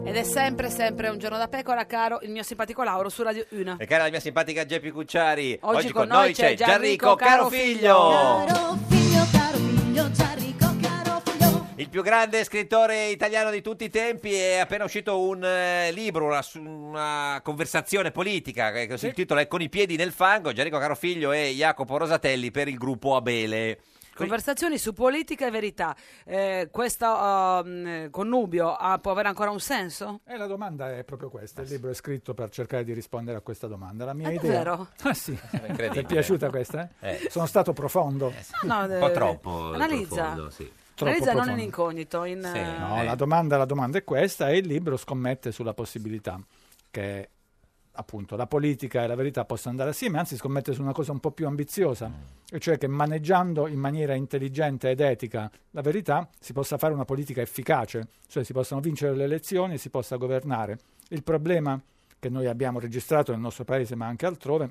Ed è sempre, sempre un giorno da pecora, caro il mio simpatico Lauro su Radio 1.
E cara la mia simpatica Geppi Cucciari,
Oggi con noi c'è Gianrico Carofiglio.
Caro figlio, caro figlio, Gianrico, caro figlio.
il più grande scrittore italiano di tutti i tempi. È appena uscito un eh, libro, una, su- una conversazione politica, eh, che che il titolo è Con i piedi nel fango, Gianrico Carofiglio e Jacopo Rosatelli per il gruppo Abele.
Conversazioni su politica e verità. Eh, questo ehm, connubio ah, può avere ancora un senso?
Eh, la domanda è proprio
Eh
questa. Il libro è scritto per cercare di rispondere a questa domanda. La mia
È
idea.
davvero?
Ah, sì. Ti
incredibile.
è piaciuta questa? eh?
Eh.
Sono stato profondo.
No,
Un
eh,
po' troppo
Analizza.
profondo, sì.
Troppo
analizza non in
profondo.
incognito, in,
Sì,
eh,
No,
Eh.
la domanda, la domanda è questa e il libro scommette sulla possibilità che appunto la politica e la verità possano andare assieme, anzi scommette su una cosa un po' più ambiziosa, e cioè che maneggiando in maniera intelligente ed etica la verità si possa fare una politica efficace, cioè si possano vincere le elezioni e si possa governare. Il problema che noi abbiamo registrato nel nostro paese ma anche altrove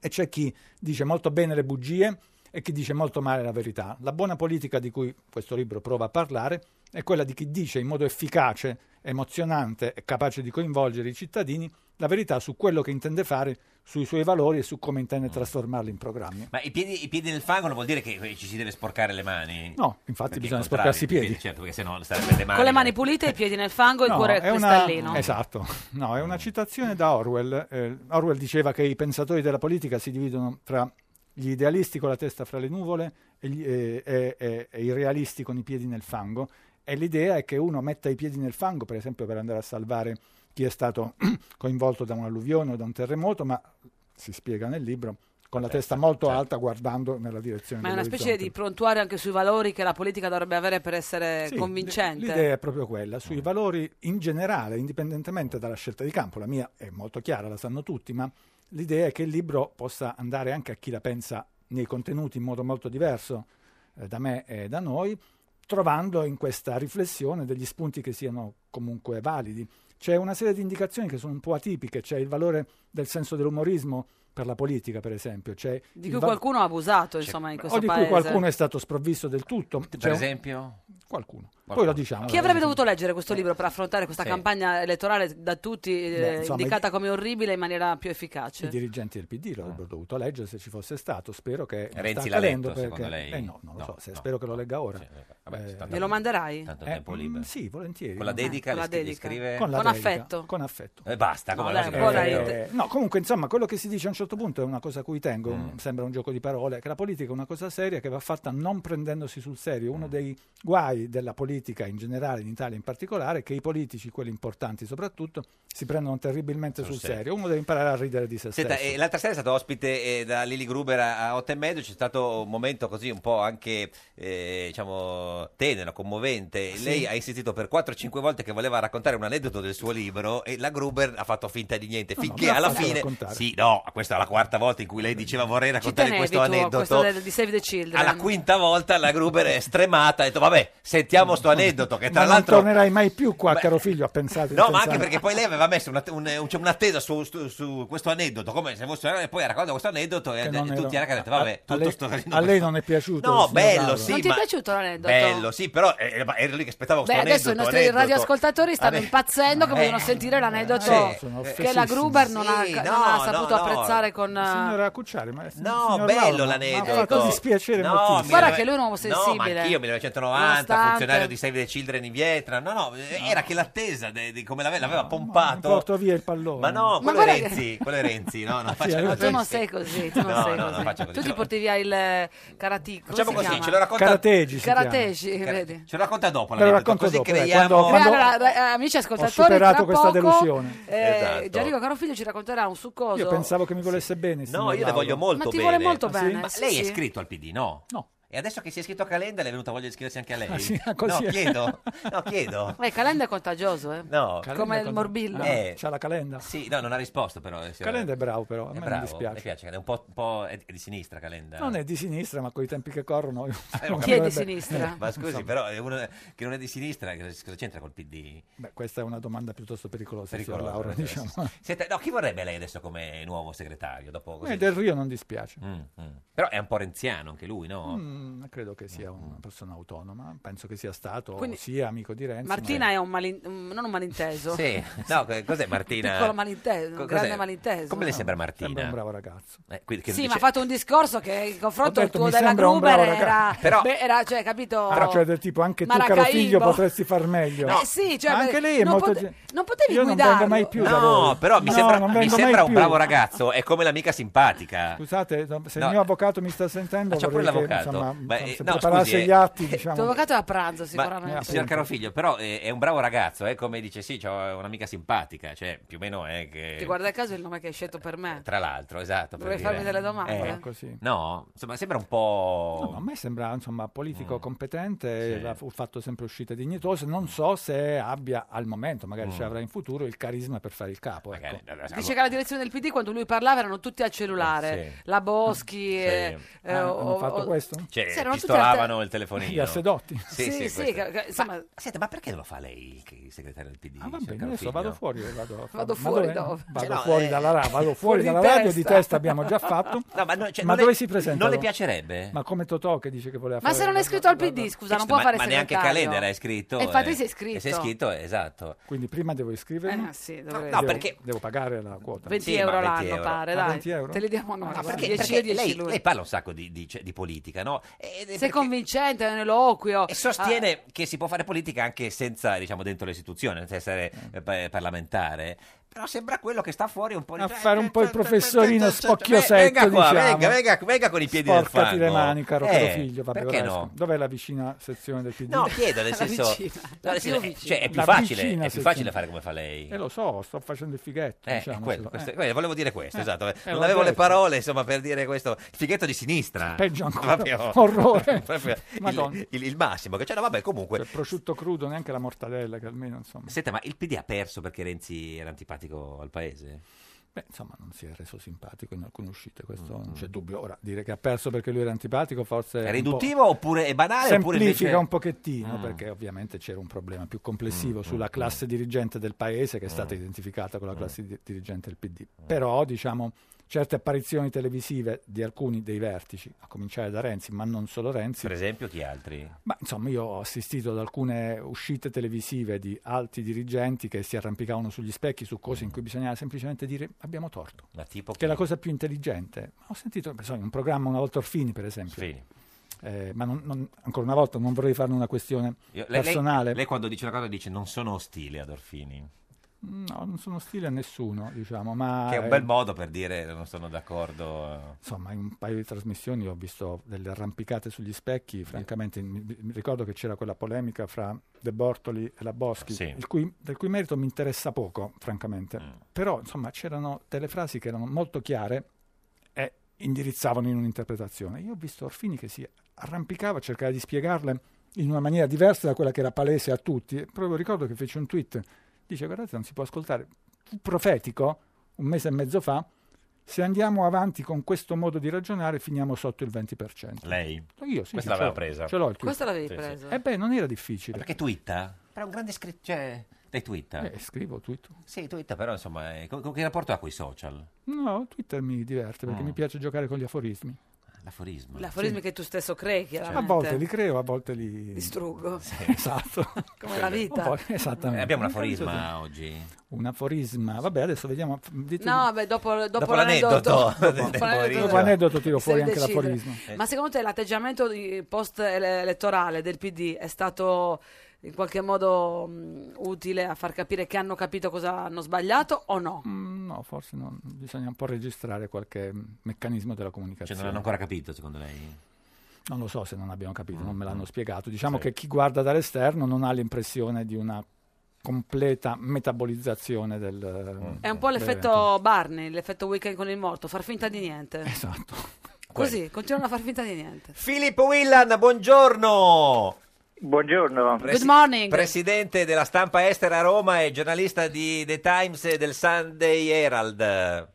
e c'è chi dice molto bene le bugie e chi dice molto male la verità. La buona politica di cui questo libro prova a parlare è quella di chi dice in modo efficace, emozionante e capace di coinvolgere i cittadini la verità su quello che intende fare, sui suoi valori e su come intende trasformarli in programmi.
Ma i piedi, i piedi nel fango non vuol dire che eh, ci si deve sporcare le mani?
No, infatti
Perché
bisogna
il contrario,
sporcarsi i piedi.
quindi, Certo, perché sennò starebbe le mani.
con le mani pulite, i piedi nel fango, il
No,
cuore
è una-
cristallino.
Esatto, no, è una citazione da Orwell. Eh, Orwell diceva che i pensatori della politica si dividono tra gli idealisti con la testa fra le nuvole e, gli- e- e- e- e i realisti con i piedi nel fango. E l'idea è che uno metta i piedi nel fango, per esempio, per andare a salvare chi è stato coinvolto da un'alluvione o da un terremoto, ma si spiega nel libro con la testa molto
certo.
alta guardando nella direzione
Ma è una specie
dell'orizzonte.
di prontuario anche sui valori che la politica dovrebbe avere per essere
Sì,
convincente. Mm.
l- L'idea è proprio quella, sui valori in generale, indipendentemente dalla scelta di campo, la mia è molto chiara, la sanno tutti, ma l'idea è che il libro possa andare anche a chi la pensa nei contenuti in modo molto diverso eh, da me e da noi, trovando in questa riflessione degli spunti che siano comunque validi. C'è una serie di indicazioni che sono un po' atipiche, c'è il valore del senso dell'umorismo, per la politica, per esempio. C'è
Di
il
cui
va-
qualcuno ha abusato, insomma, in questo
o di
paese.
cui qualcuno è stato sprovvisto del tutto. C'è
Per
un-
esempio?
Qualcuno. Poi
Qualcuno.
lo diciamo.
Chi avrebbe dovuto leggere questo libro per affrontare questa
Sì.
campagna elettorale da tutti eh,
Beh, insomma,
indicata come orribile in maniera più efficace?
I dirigenti del PD
Eh.
lo avrebbero dovuto leggere se ci fosse stato. Spero che. non
Renzi
sta
l'ha letto,
accadendo
secondo lei?
Eh, no, non lo
No,
so. se-
no,
spero che lo legga ora. Eh,
tanto-
Me lo manderai?
Tanto
Eh,
tempo libero.
Sì, volentieri.
Con la
Eh,
dedica,
con
le
la
scri- gli
dedica.
scrive...
Con la
Con
dedica,
affetto.
con affetto.
E basta, come la
No,
cosa
dai,
che-
vorrei-
Eh, no, comunque, insomma, quello che si dice a un certo punto è una cosa a cui tengo,
Mm.
un- sembra un gioco di parole, che la politica è una cosa seria che va fatta non prendendosi sul serio.
Mm.
Uno dei guai della politica in generale, in Italia in particolare, è che i politici, quelli importanti soprattutto, si prendono terribilmente
Sul
sul
serio.
serio. Uno deve imparare a ridere di se
Senta,
stesso.
eh, l'altra sera è stato ospite eh, da Lili Gruber a a otto e mezzo, c'è stato un momento così un po' anche eh, diciamo tenero, commovente.
Sì.
Lei ha insistito per 4-5 volte che voleva raccontare un aneddoto del suo libro e la Gruber ha fatto finta di niente
No, no,
finché
me l'ha
alla
fatto
fine
raccontare.
Sì, no, questa è la quarta volta in cui lei diceva vorrei
Ci
raccontare
tenevi tu
questo
a
aneddoto.
questo del- di Save the Children?
Alla quinta volta la Gruber è stremata, ha detto vabbè, sentiamo sto aneddoto che tra
Ma non
l'altro
tornerai mai più qua, caro figlio, a pensare.
No, ma anche perché poi lei aveva messo una- un- un- cioè, un'attesa su, su- su questo aneddoto, come se fosse e poi ha raccontato questo aneddoto e,
Che
e
non
tutti
era-
hanno detto, vabbè,
a
tutto
lei,
sto casino.
a lei non è piaciuto.
No,
signor
bello,
Lauro?
sì,
non ti
ma-
è piaciuto l'aneddoto?
Bello, sì, però eh, ma ero lì che aspettavo
Beh,
questo
adesso i
aneddoto,
nostri
aneddoto.
radioascoltatori stanno
Ane-
impazzendo che
Eh,
vogliono sentire l'aneddoto
eh, sono
che la
offesissimi.
Gruber non ha,
Sì,
non
no,
ha
no,
saputo
no.
apprezzare con... eh,
Signora Cucciari, ma
No,
signor
bello
Lauro, ma-
l'aneddoto.
Ma fa così spiacere
No,
moltissimo.
mi-
Guarda che lui è un uomo
No, ma
sensibile.
anch'io, 1990,
Nonostante.
funzionario di Save the Children in Vietnam. No, no, eh, era che l'attesa de- di come l'ave- l'aveva pompato.
Porto via il pallone.
Ma no, quello
guarda
è
che-
Renzi, quello è Renzi, no, non
sì,
faccia
Ma tu
così.
non sei così, tu non
No,
sei
no, non
così.
faccia così.
Tu ti
Cioè-
porti via il karate.
Facciamo così, ce lo racconta
Karategi si
Karategi,
Car-
vedi.
Ce lo racconta dopo
Me lo
l'aneddoto,
racconto
così
dopo, dai,
creiamo...
quando- quando-
Allora, ra- eh, amici ascoltatori,
superato
tra
questa
poco
delusione.
eh,
Esatto.
Gianrico Carofiglio ci racconterà un succoso.
Io pensavo che mi volesse bene.
No,
signor
io le
Lauro.
voglio molto
Ma ti
bene.
vuole molto
Ah, sì?
bene.
Ma
sì,
lei è
sì.
iscritto al PD, no?
No.
E adesso che si è iscritto a Calenda le è venuta voglia di iscriversi anche a lei?
Ah, sì, ah,
no,
così è.
chiedo. No, chiedo.
Eh, Calenda è contagioso, eh.
No.
Calenda
Come il
con-
morbillo.
Ah,
Eh.
C'ha la calenda.
Sì, no, non ha risposto però. eh, signora.
Calenda è bravo, però,
È
a me non
bravo,
dispiace.
Mi piace, è un po', un po' è è di sinistra Calenda.
Non è di sinistra, ma con i tempi che corrono. io-
Eh,
non
ma-
Chi è di
dovrebbe-
sinistra?
Ma scusi, però è uno che non è di sinistra, che cosa c'entra col PD?
Beh, questa è una domanda piuttosto pericolosa, signor
Pericoloso,
Laura.
eh,
Diciamo.
sì, sì. Senta, no, chi vorrebbe lei adesso come nuovo segretario? Dopo così?
Eh, Del Rio non dispiace.
Mm, mm. Però è un po' renziano anche lui, no?
Mm, credo che sia una persona autonoma. Penso che sia stato
Quindi-
o sia amico di Renzi. ma-
Martina è un malin- un- non un malinteso.
Sì, no, che- cos'è Martina?
Piccolo malinteso, un
Co-
grande
cos'è?
malinteso.
Come le sembra
Sembra un
Martina?
bravo ragazzo.
Eh, quindi che
Sì,
dice-
ma ha fatto un discorso che in confronto
Ho
al
detto,
tuo
mi
della
sembra un
Gruber
bravo
era,
ragazzo.
Però-
beh, era, cioè, capito?
Ah, cioè del tipo anche tu, caro
Maracaibo.
figlio, potresti far meglio.
Eh, sì, cioè,
Ma anche
beh,
lei è
non
molto.
pote-
gen-
non potevi
Io non
guidarlo.
vengo mai più. da
No,
voi.
però mi
No,
sembra,
non
mi
vengo mai
sembra un
più.
bravo ragazzo, è come l'amica simpatica.
Scusate, no, se
No.
il mio avvocato mi sta sentendo,
Faccia
vorrei
pure
che
l'avvocato.
insomma,
Ma, eh,
se
no,
preparasse
scusi, eh.
gli atti,
Il
diciamo.
tuo avvocato è a pranzo,
Ma, eh,
sicuramente.
signor
appunto.
Carofiglio, però è, è un bravo ragazzo, eh, come dice, sì, c'ho un'amica simpatica, cioè più o meno è
Ti
che...
guarda caso è il nome che hai scelto per me.
Tra l'altro, esatto. per
Dovrei
dire. Eh,
farmi delle domande.
Ecco, sì.
No, insomma, sembra un
No, no, a
po'...
me sembra insomma politico
Mm. Sì.
competente, ha f- fatto sempre uscite dignitose. Non so se abbia al momento, magari ci avrà in futuro, il carisma per fare il capo. ecco.
Mm. Magari-
Dice che alla direzione del PD quando lui parlava erano tutti al cellulare,
Eh, Sì. Mm,
la Boschi, eh, eh,
Ah,
o-
hanno fatto
o-
questo?
Cioè,
Sì, erano tutti
pistolavano
al
il telefonino.
Gli assedotti.
Sì, sì,
Sì, sì,
questo.
che- che- insomma-
ma, senta, ma perché lo fa lei il il segretario del PD?
Ah, va
signor
bene, adesso vado
Carofiglio?
fuori. Vado, a-
Vado
ma
fuori
dove-
dove?
Vado
Cioè, no,
fuori
eh,
dalla, ra- vado fuori
fuori
dalla
di
radio, di
testa.
testa abbiamo già fatto.
No, ma, no, cioè,
ma
non le-
dove si presenta?
Non le piacerebbe?
Ma come Totò che dice che voleva
Ma
fare...
se non è iscritto al PD, scusa, non può
ma,
fare
ma neanche
segretario.
Calenda era iscritto.
E infatti
eh.
si è iscritto.
E si è iscritto, eh, esatto.
Quindi prima devo
Eh,
iscrivermi,
no, sì, dovrei-
no,
devo,
perché-
devo pagare la quota.
20
Sì, ma
euro
20
l'anno
euro.
pare,
Ma
dai.
20 Ah, euro?
Te li diamo noi.
Ma
guarda.
Perché,
10
perché
io 10
lei,
lui.
lei parla un sacco di, di- di politica, no? E,
Sei
perché-
convincente, è un eloquio.
e sostiene che si può fare politica anche senza, diciamo, dentro le istituzioni, senza essere eh, pa- parlamentare. Però sembra quello che sta fuori un po' di... eh,
A fare un po' il professorino spocchiosetto,
Venga qua,
diciamo.
venga, venga, venga con i piedi del
Portati
fango.
le mani, caro,
Eh,
caro figlio. Vabbè,
perché
ora
no?
esco. Dov'è la vicina sezione del PD?
No, chiedo, nel
La
senso...
vicina,
no,
la
nel senso-
più vicina.
cioè, è più
La
facile,
vicina
è più
sezione.
facile fare come fa lei.
Eh, lo so, sto facendo il fighetto.
Eh, è
diciamocelo.
quello, questo-
Eh,
quello- volevo dire questo,
Eh,
esatto.
eh,
non
l'ho
avevo le
detto.
parole, insomma, per dire questo. Il fighetto di sinistra.
Peggio ancora.
Proprio-
Orrore.
proprio
Madonna.
il, il- il massimo. Che c'era, vabbè, comunque.
cioè, prosciutto crudo, neanche la mortadella, che almeno, insomma...
Senta, ma il PD ha perso perché Renzi era antipatico al paese?
Beh, insomma, non si è reso simpatico in alcune uscite, questo non c'è dubbio. Ora, dire che ha perso perché lui era antipatico
È
forse... un po'
riduttivo oppure è banale? Oppure
Semplifica
invece...
un pochettino
Mm.
perché ovviamente c'era un problema più complessivo sulla
Mm.
classe dirigente del paese che è stata identificata con la classe di- dirigente del PD. Però diciamo certe apparizioni televisive di alcuni dei vertici, a cominciare da Renzi, ma non solo Renzi.
Per esempio, chi altri?
Ma insomma, io ho assistito ad alcune uscite televisive di alti dirigenti che si arrampicavano sugli specchi su cose in cui bisognava semplicemente dire abbiamo torto,
Ma tipo
che è la
chi?
cosa più intelligente. Ho sentito per esempio, in un programma una volta Orfini, per esempio. Eh, ma non- non- ancora una volta non vorrei farne una questione
Io- lei- lei-
personale.
Lei, quando dice la cosa dice non sono ostile ad Orfini.
No, non sono ostile a nessuno, diciamo, ma
Che è un
eh,
bel modo per dire non sono d'accordo. eh.
insomma, in un paio di trasmissioni ho visto delle arrampicate sugli specchi, francamente mi, mi ricordo che c'era quella polemica fra De Bortoli e la Boschi,
Sì.
il cui- del cui merito mi interessa poco, francamente. Però, insomma, c'erano delle frasi che erano molto chiare e indirizzavano in un'interpretazione. Io ho visto Orfini che si arrampicava, cercava di spiegarle in una maniera diversa da quella che era palese a tutti. E Proprio ricordo che fece un tweet, dice guardate non si può ascoltare, fu profetico un mese e mezzo fa, se andiamo avanti con questo modo di ragionare finiamo sotto il 20%.
Lei?
Io sì,
Questa
sì, ce
l'aveva
l'ho-
presa.
Ce l'ho il tweet.
Questa l'avevi Sì, sì. presa.
Eh beh, non era difficile.
Perché twitta? Però è un grande scritto. Cioè, lei twitta?
Eh, scrivo, twitto.
Sì, twitta, però insomma, eh, co- co- che rapporto ha con i social?
Ah.
No, Twitter mi diverte perché
Mm.
mi piace giocare con gli aforismi.
L'aforismo.
L'aforismi che tu stesso crei,
A
chiaramente.
volte li creo, a volte li
Distruggo.
Esatto.
Come la vita.
Un po', esatto. esattamente.
Eh, abbiamo un
Ogni tanto
aforisma
sì.
oggi?
Un aforisma. Vabbè, adesso vediamo. dite-
No, beh, dopo, dopo,
Dopo
l'aneddoto.
l'aneddoto.
Dopo
Del
l'aneddoto. Eh.
Dopo l'aneddoto tiro
Se
fuori
ne
anche
decide.
l'aforismo.
Ma secondo te l'atteggiamento di- post-elettorale del PD è stato in qualche modo mh, utile a far capire che hanno capito cosa hanno sbagliato o no?
Mm, No, forse no. bisogna un po' registrare qualche mm, meccanismo della
Cioè,
comunicazione.
non hanno ancora capito, secondo lei?
Non lo so se non abbiamo capito, non me l'hanno
Mm.
spiegato. Diciamo
Sì.
che chi guarda dall'esterno non ha l'impressione di una completa metabolizzazione
Mm.
del...
È un po' l'effetto Barney, l'effetto weekend con il morto, far finta di niente.
Esatto.
Così, continuano a far finta di niente.
Filippo Willan, buongiorno!
Buongiorno.
Good morning.
Presidente della stampa estera a Roma e giornalista di The Times e del Sunday Herald,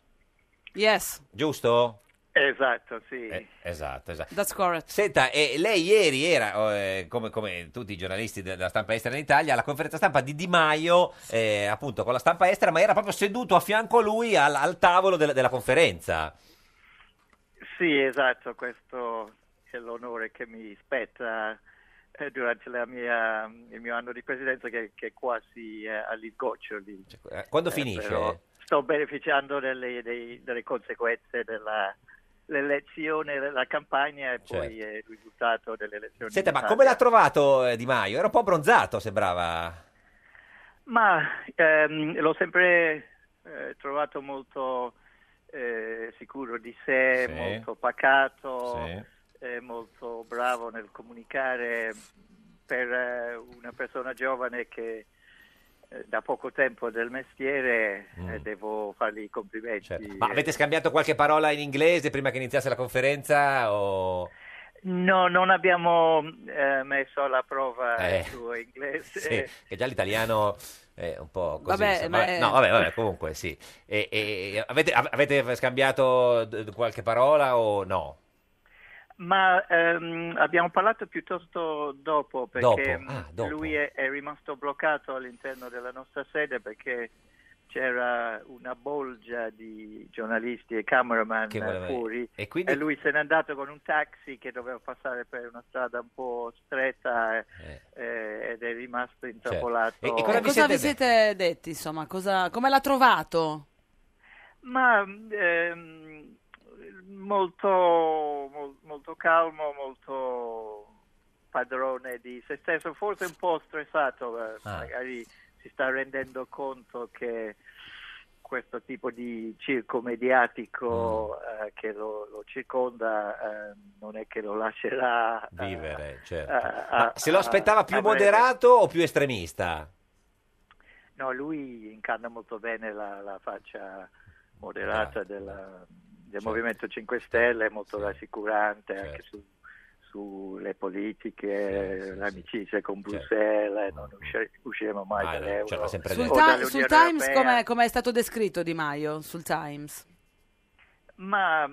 Yes,
giusto?
Esatto, sì.
esatto, esatto.
that's correct.
Senta, eh, lei ieri era, eh, come, come tutti i giornalisti de- della stampa estera in Italia, alla conferenza stampa di Di Maio, eh, appunto con la stampa estera, ma era proprio seduto a fianco a lui al, al tavolo del- della conferenza.
Sì, esatto, questo è l'onore che mi spetta eh, durante la mia- il mio anno di presidenza che, che è quasi eh, agli sgoccioli.
Eh, Quando
Eh,
finisce?
però Sto beneficiando delle, dei- delle conseguenze della- dell'elezione, della campagna e poi eh, il risultato delle elezioni.
Certo. Senta,
in
ma
Italia.
come l'ha trovato eh, Di Maio? Era un po' abbronzato, sembrava.
Ma ehm, l'ho sempre eh, trovato molto eh, sicuro di sé,
Sì.
molto pacato,
Sì.
eh, molto bravo nel comunicare per eh, una persona giovane che eh, da poco tempo è del mestiere eh, devo fargli i complimenti.
Mm. Certo. Ma avete scambiato qualche parola in inglese prima che iniziasse la conferenza? O...
No, non abbiamo eh, messo alla prova
Eh,
il suo inglese.
Sì, che già l'italiano è un po' così.
Vabbè,
insomma.
ma
Vabbè,
è-
No, vabbè, vabbè, comunque sì. E, e- avete, av- avete scambiato d- d- qualche parola o no?
Ma ehm, abbiamo parlato piuttosto dopo perché
Dopo, ah,
mh,
dopo.
lui è, è rimasto bloccato all'interno della nostra sede perché c'era una bolgia di giornalisti e cameraman
Che
eh,
voleva-
fuori
e quindi-
lui se n'è andato con un taxi che doveva passare per una strada un po' stretta eh, eh, ed è rimasto intrappolato.
Certo. E- e
Eh, Cosa, vi siete detti, insomma? Cosa, come l'ha trovato?
Ma ehm, molto, mol- molto calmo, molto padrone di se stesso, forse un po' stressato, eh,
Ah.
magari si sta rendendo conto che questo tipo di circo mediatico eh, che lo, lo circonda eh, non è che lo lascerà eh,
Vivere, certo.
eh,
Ma
eh,
se lo
eh,
aspettava più
a breve.
moderato o più estremista?
No, lui incarna molto bene la, la faccia moderata della- del Movimento 5 Stelle, è molto rassicurante anche su- sulle politiche, l'amicizia con
Certo.
Bruxelles, eh, non usci- usciremo mai
Mai,
dall'euro.
ce l'ha eh, cioè, sempre
o
Sul, Ti-
dall'Unione
sul Times,
Europea.
come, come è stato descritto Di Maio? Sul Times.
Ma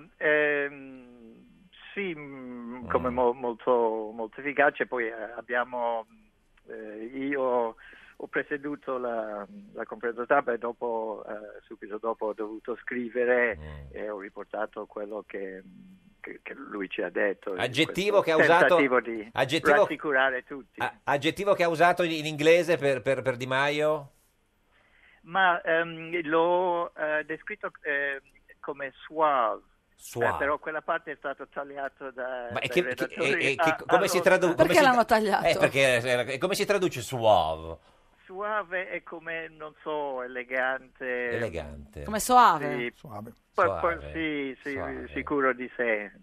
ehm, sì, mh, come
Mm.
mo- molto, molto efficace. Poi eh, abbiamo, eh, io ho presieduto la, la conferenza stampa e dopo, eh, subito dopo ho dovuto scrivere
Mm.
e ho riportato quello che, che- che lui ci ha detto.
Aggettivo
Questo
che ha usato-
tentativo di
aggettivo-
rassicurare tutti.
A- aggettivo che ha usato in inglese per, per- per Di Maio?
Ma ehm, l'ho eh, descritto eh, come suave.
Suave.
Eh, però quella parte è stata tagliata da,
Ma è
dai
che-
redattori Ah,
che- e- e
a-
che- come si tradu-
all'ossa.
come si-
tagliato?
Eh, perché, eh, come si traduce suave?
ah, Suave è come, non so, elegante.
Elegante.
Come soave.
Suave.
Poi- poi-
Suave,
sì, sì, sicuro di sé.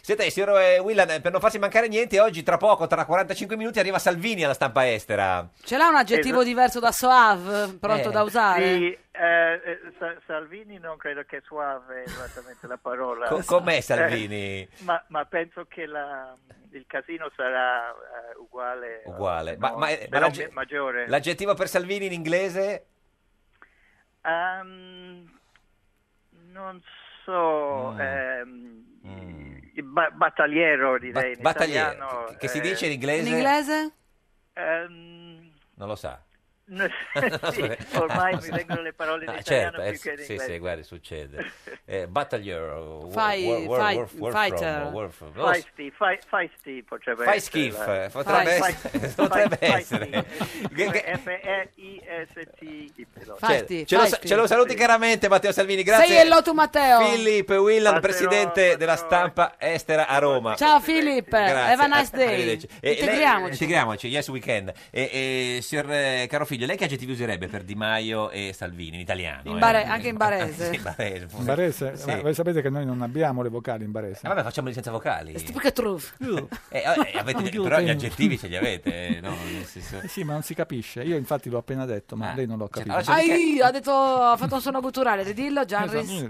Senta, eh, signor eh, Willan, eh, per non farsi mancare niente, oggi tra poco, tra 45 minuti, arriva Salvini alla stampa estera.
Ce l'ha un aggettivo
Esatto.
diverso da soave pronto
Eh,
da usare?
Sì, eh, eh, Sa- Salvini non credo che suave esattamente la parola.
Co- com'è
Eh,
Salvini?
ma, ma penso che la- il casino sarà eh, uguale.
Uguale.
o
Ma- ma-
se
ma
non
l'agge-
mi- maggiore.
L'aggettivo per Salvini in inglese?
Ehm, non so.
Mm.
ehm, il ba- battagliero direi in
Battagliere,
italiano,
che, che si
eh,
dice in inglese?
In inglese?
ehm,
Non lo sa.
no, sì, ormai mi vengono le parole in
Ah,
italiano
certo, eh,
più che in
sì,
inglese.
sì, guardi, succede. Eh, battagliero, war-
Fai-
war- war-
fai-
war- war
fighter.
from, war from- non lo so.
Feisty, fai, feisty potrebbe
Fai
essere
schifo,
la-
eh, potrebbe
Fai-
essere-
fai-
potrebbe
fai-
essere.
feisty,
Che- che-
F-E-I-S-T-Y.
Cioè, ce, lo, sa- ce lo saluti chiaramente Matteo Salvini, grazie.
Sei il Lotto Matteo.
Filippo Willan, presidente della stampa estera a Roma.
Ciao Filippo,
Grazie, Eh,
have a nice day.
arrivederci. E lei-
Integriamoci.
integriamoci, yes weekend. E, e, signor eh, caro figlio, lei che aggettivi userebbe per Di Maio e Salvini in italiano?
In
eh?
bare- anche in barese.
Sì, in barese. forse.
In barese?
Sì.
Ma voi sapete che noi non abbiamo le vocali in barese.
Eh, vabbè, facciamo le senza vocali.
Perché truf?
Eh, eh, avete-
Anche io
però gli
tengo.
aggettivi ce li avete, eh, no? Nel senso-
Eh sì, ma non si capisce. Io infatti l'ho appena detto,
Eh,
ma lei non l'ho capito.
allora c'è
Ah, io, ha detto, ha fatto un suono gutturale, ridillo Gianris.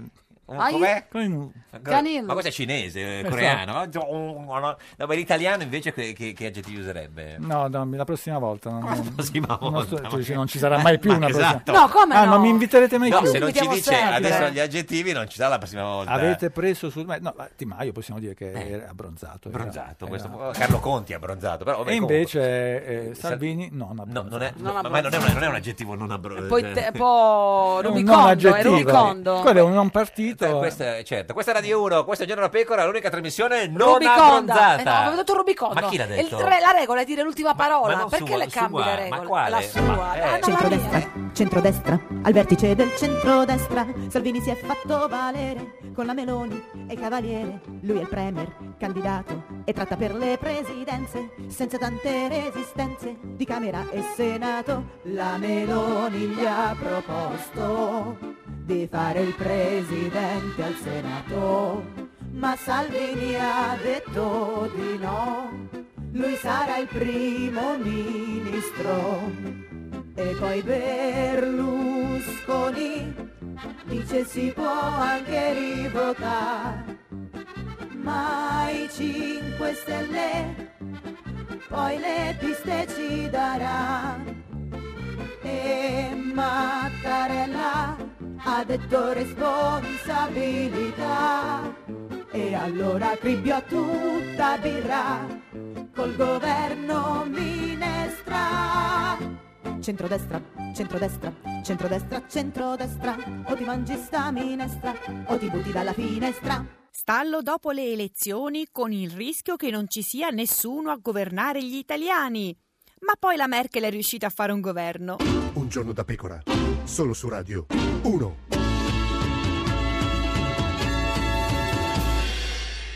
Ai-
mm, eh, Com'è?
Canino.
Ma questo è cinese, eh,
Ecco, Esatto.
coreano. No, ma l'italiano invece che, che, che aggettivi userebbe?
No, no, la prossima volta. Non, non-
prossima
non
volta,
sto-
ma
cioè,
che-
non ci sarà mai più
ma
una prossima
esatto. No,
come
Ah,
no?
non mi inviterete mai
No,
più.
se non ci dice adesso
Eh.
gli aggettivi, non ci sarà la prossima volta. Eh,
Avete preso sul me. No, ma Di Maio possiamo dire che era abbronzato. era-
abbronzato.
era-
questo- Carlo Conti è abbronzato. Però, vabbè,
E
comunque-
invece eh,
Eh,
Salvini non
No, non è,
abbronzato.
no, ma non è, un- non è un aggettivo non cioè abbronzato.
Poi, te, po'
Non
Rubicondo, è
aggettivo.
Rubicondo.
Quello è un non partito.
questa, è- certo, questa è Radio 1, questo è Giorno da Pecora, l'unica trasmissione non
Rubiconda. Eh no,
abbronzata.
avevo detto Rubicondo.
Ma chi l'ha
E il
detto?
re- la regola è dire l'ultima parola.
non
Perché
sua,
le cambi
sua,
la
ma
regola?
quale?
La sua.
Ma- eh.
Ah, no, ma la mia.
Centrodestra, centrodestra, al vertice del centrodestra, Salvini si è fatto valere con la Meloni e Cavaliere, lui è il premier, candidato e tratta per le presidenze, senza tante resistenze di Camera e Senato, la Meloni gli ha proposto di fare il presidente al Senato, ma Salvini ha detto di no, lui sarà il primo ministro. E poi Berlusconi dice si può anche rivotare, ma i 5 Stelle poi le piste ci darà. E Mattarella ha detto responsabilità. E allora cribbio tutta birra col governo minestra. Centrodestra, centrodestra, centrodestra, centrodestra, o ti mangi sta minestra, o ti butti dalla finestra.
Stallo dopo le elezioni con il rischio che non ci sia nessuno a governare gli italiani. Ma poi la Merkel è riuscita a fare un governo.
Un giorno da pecora, solo su Radio 1.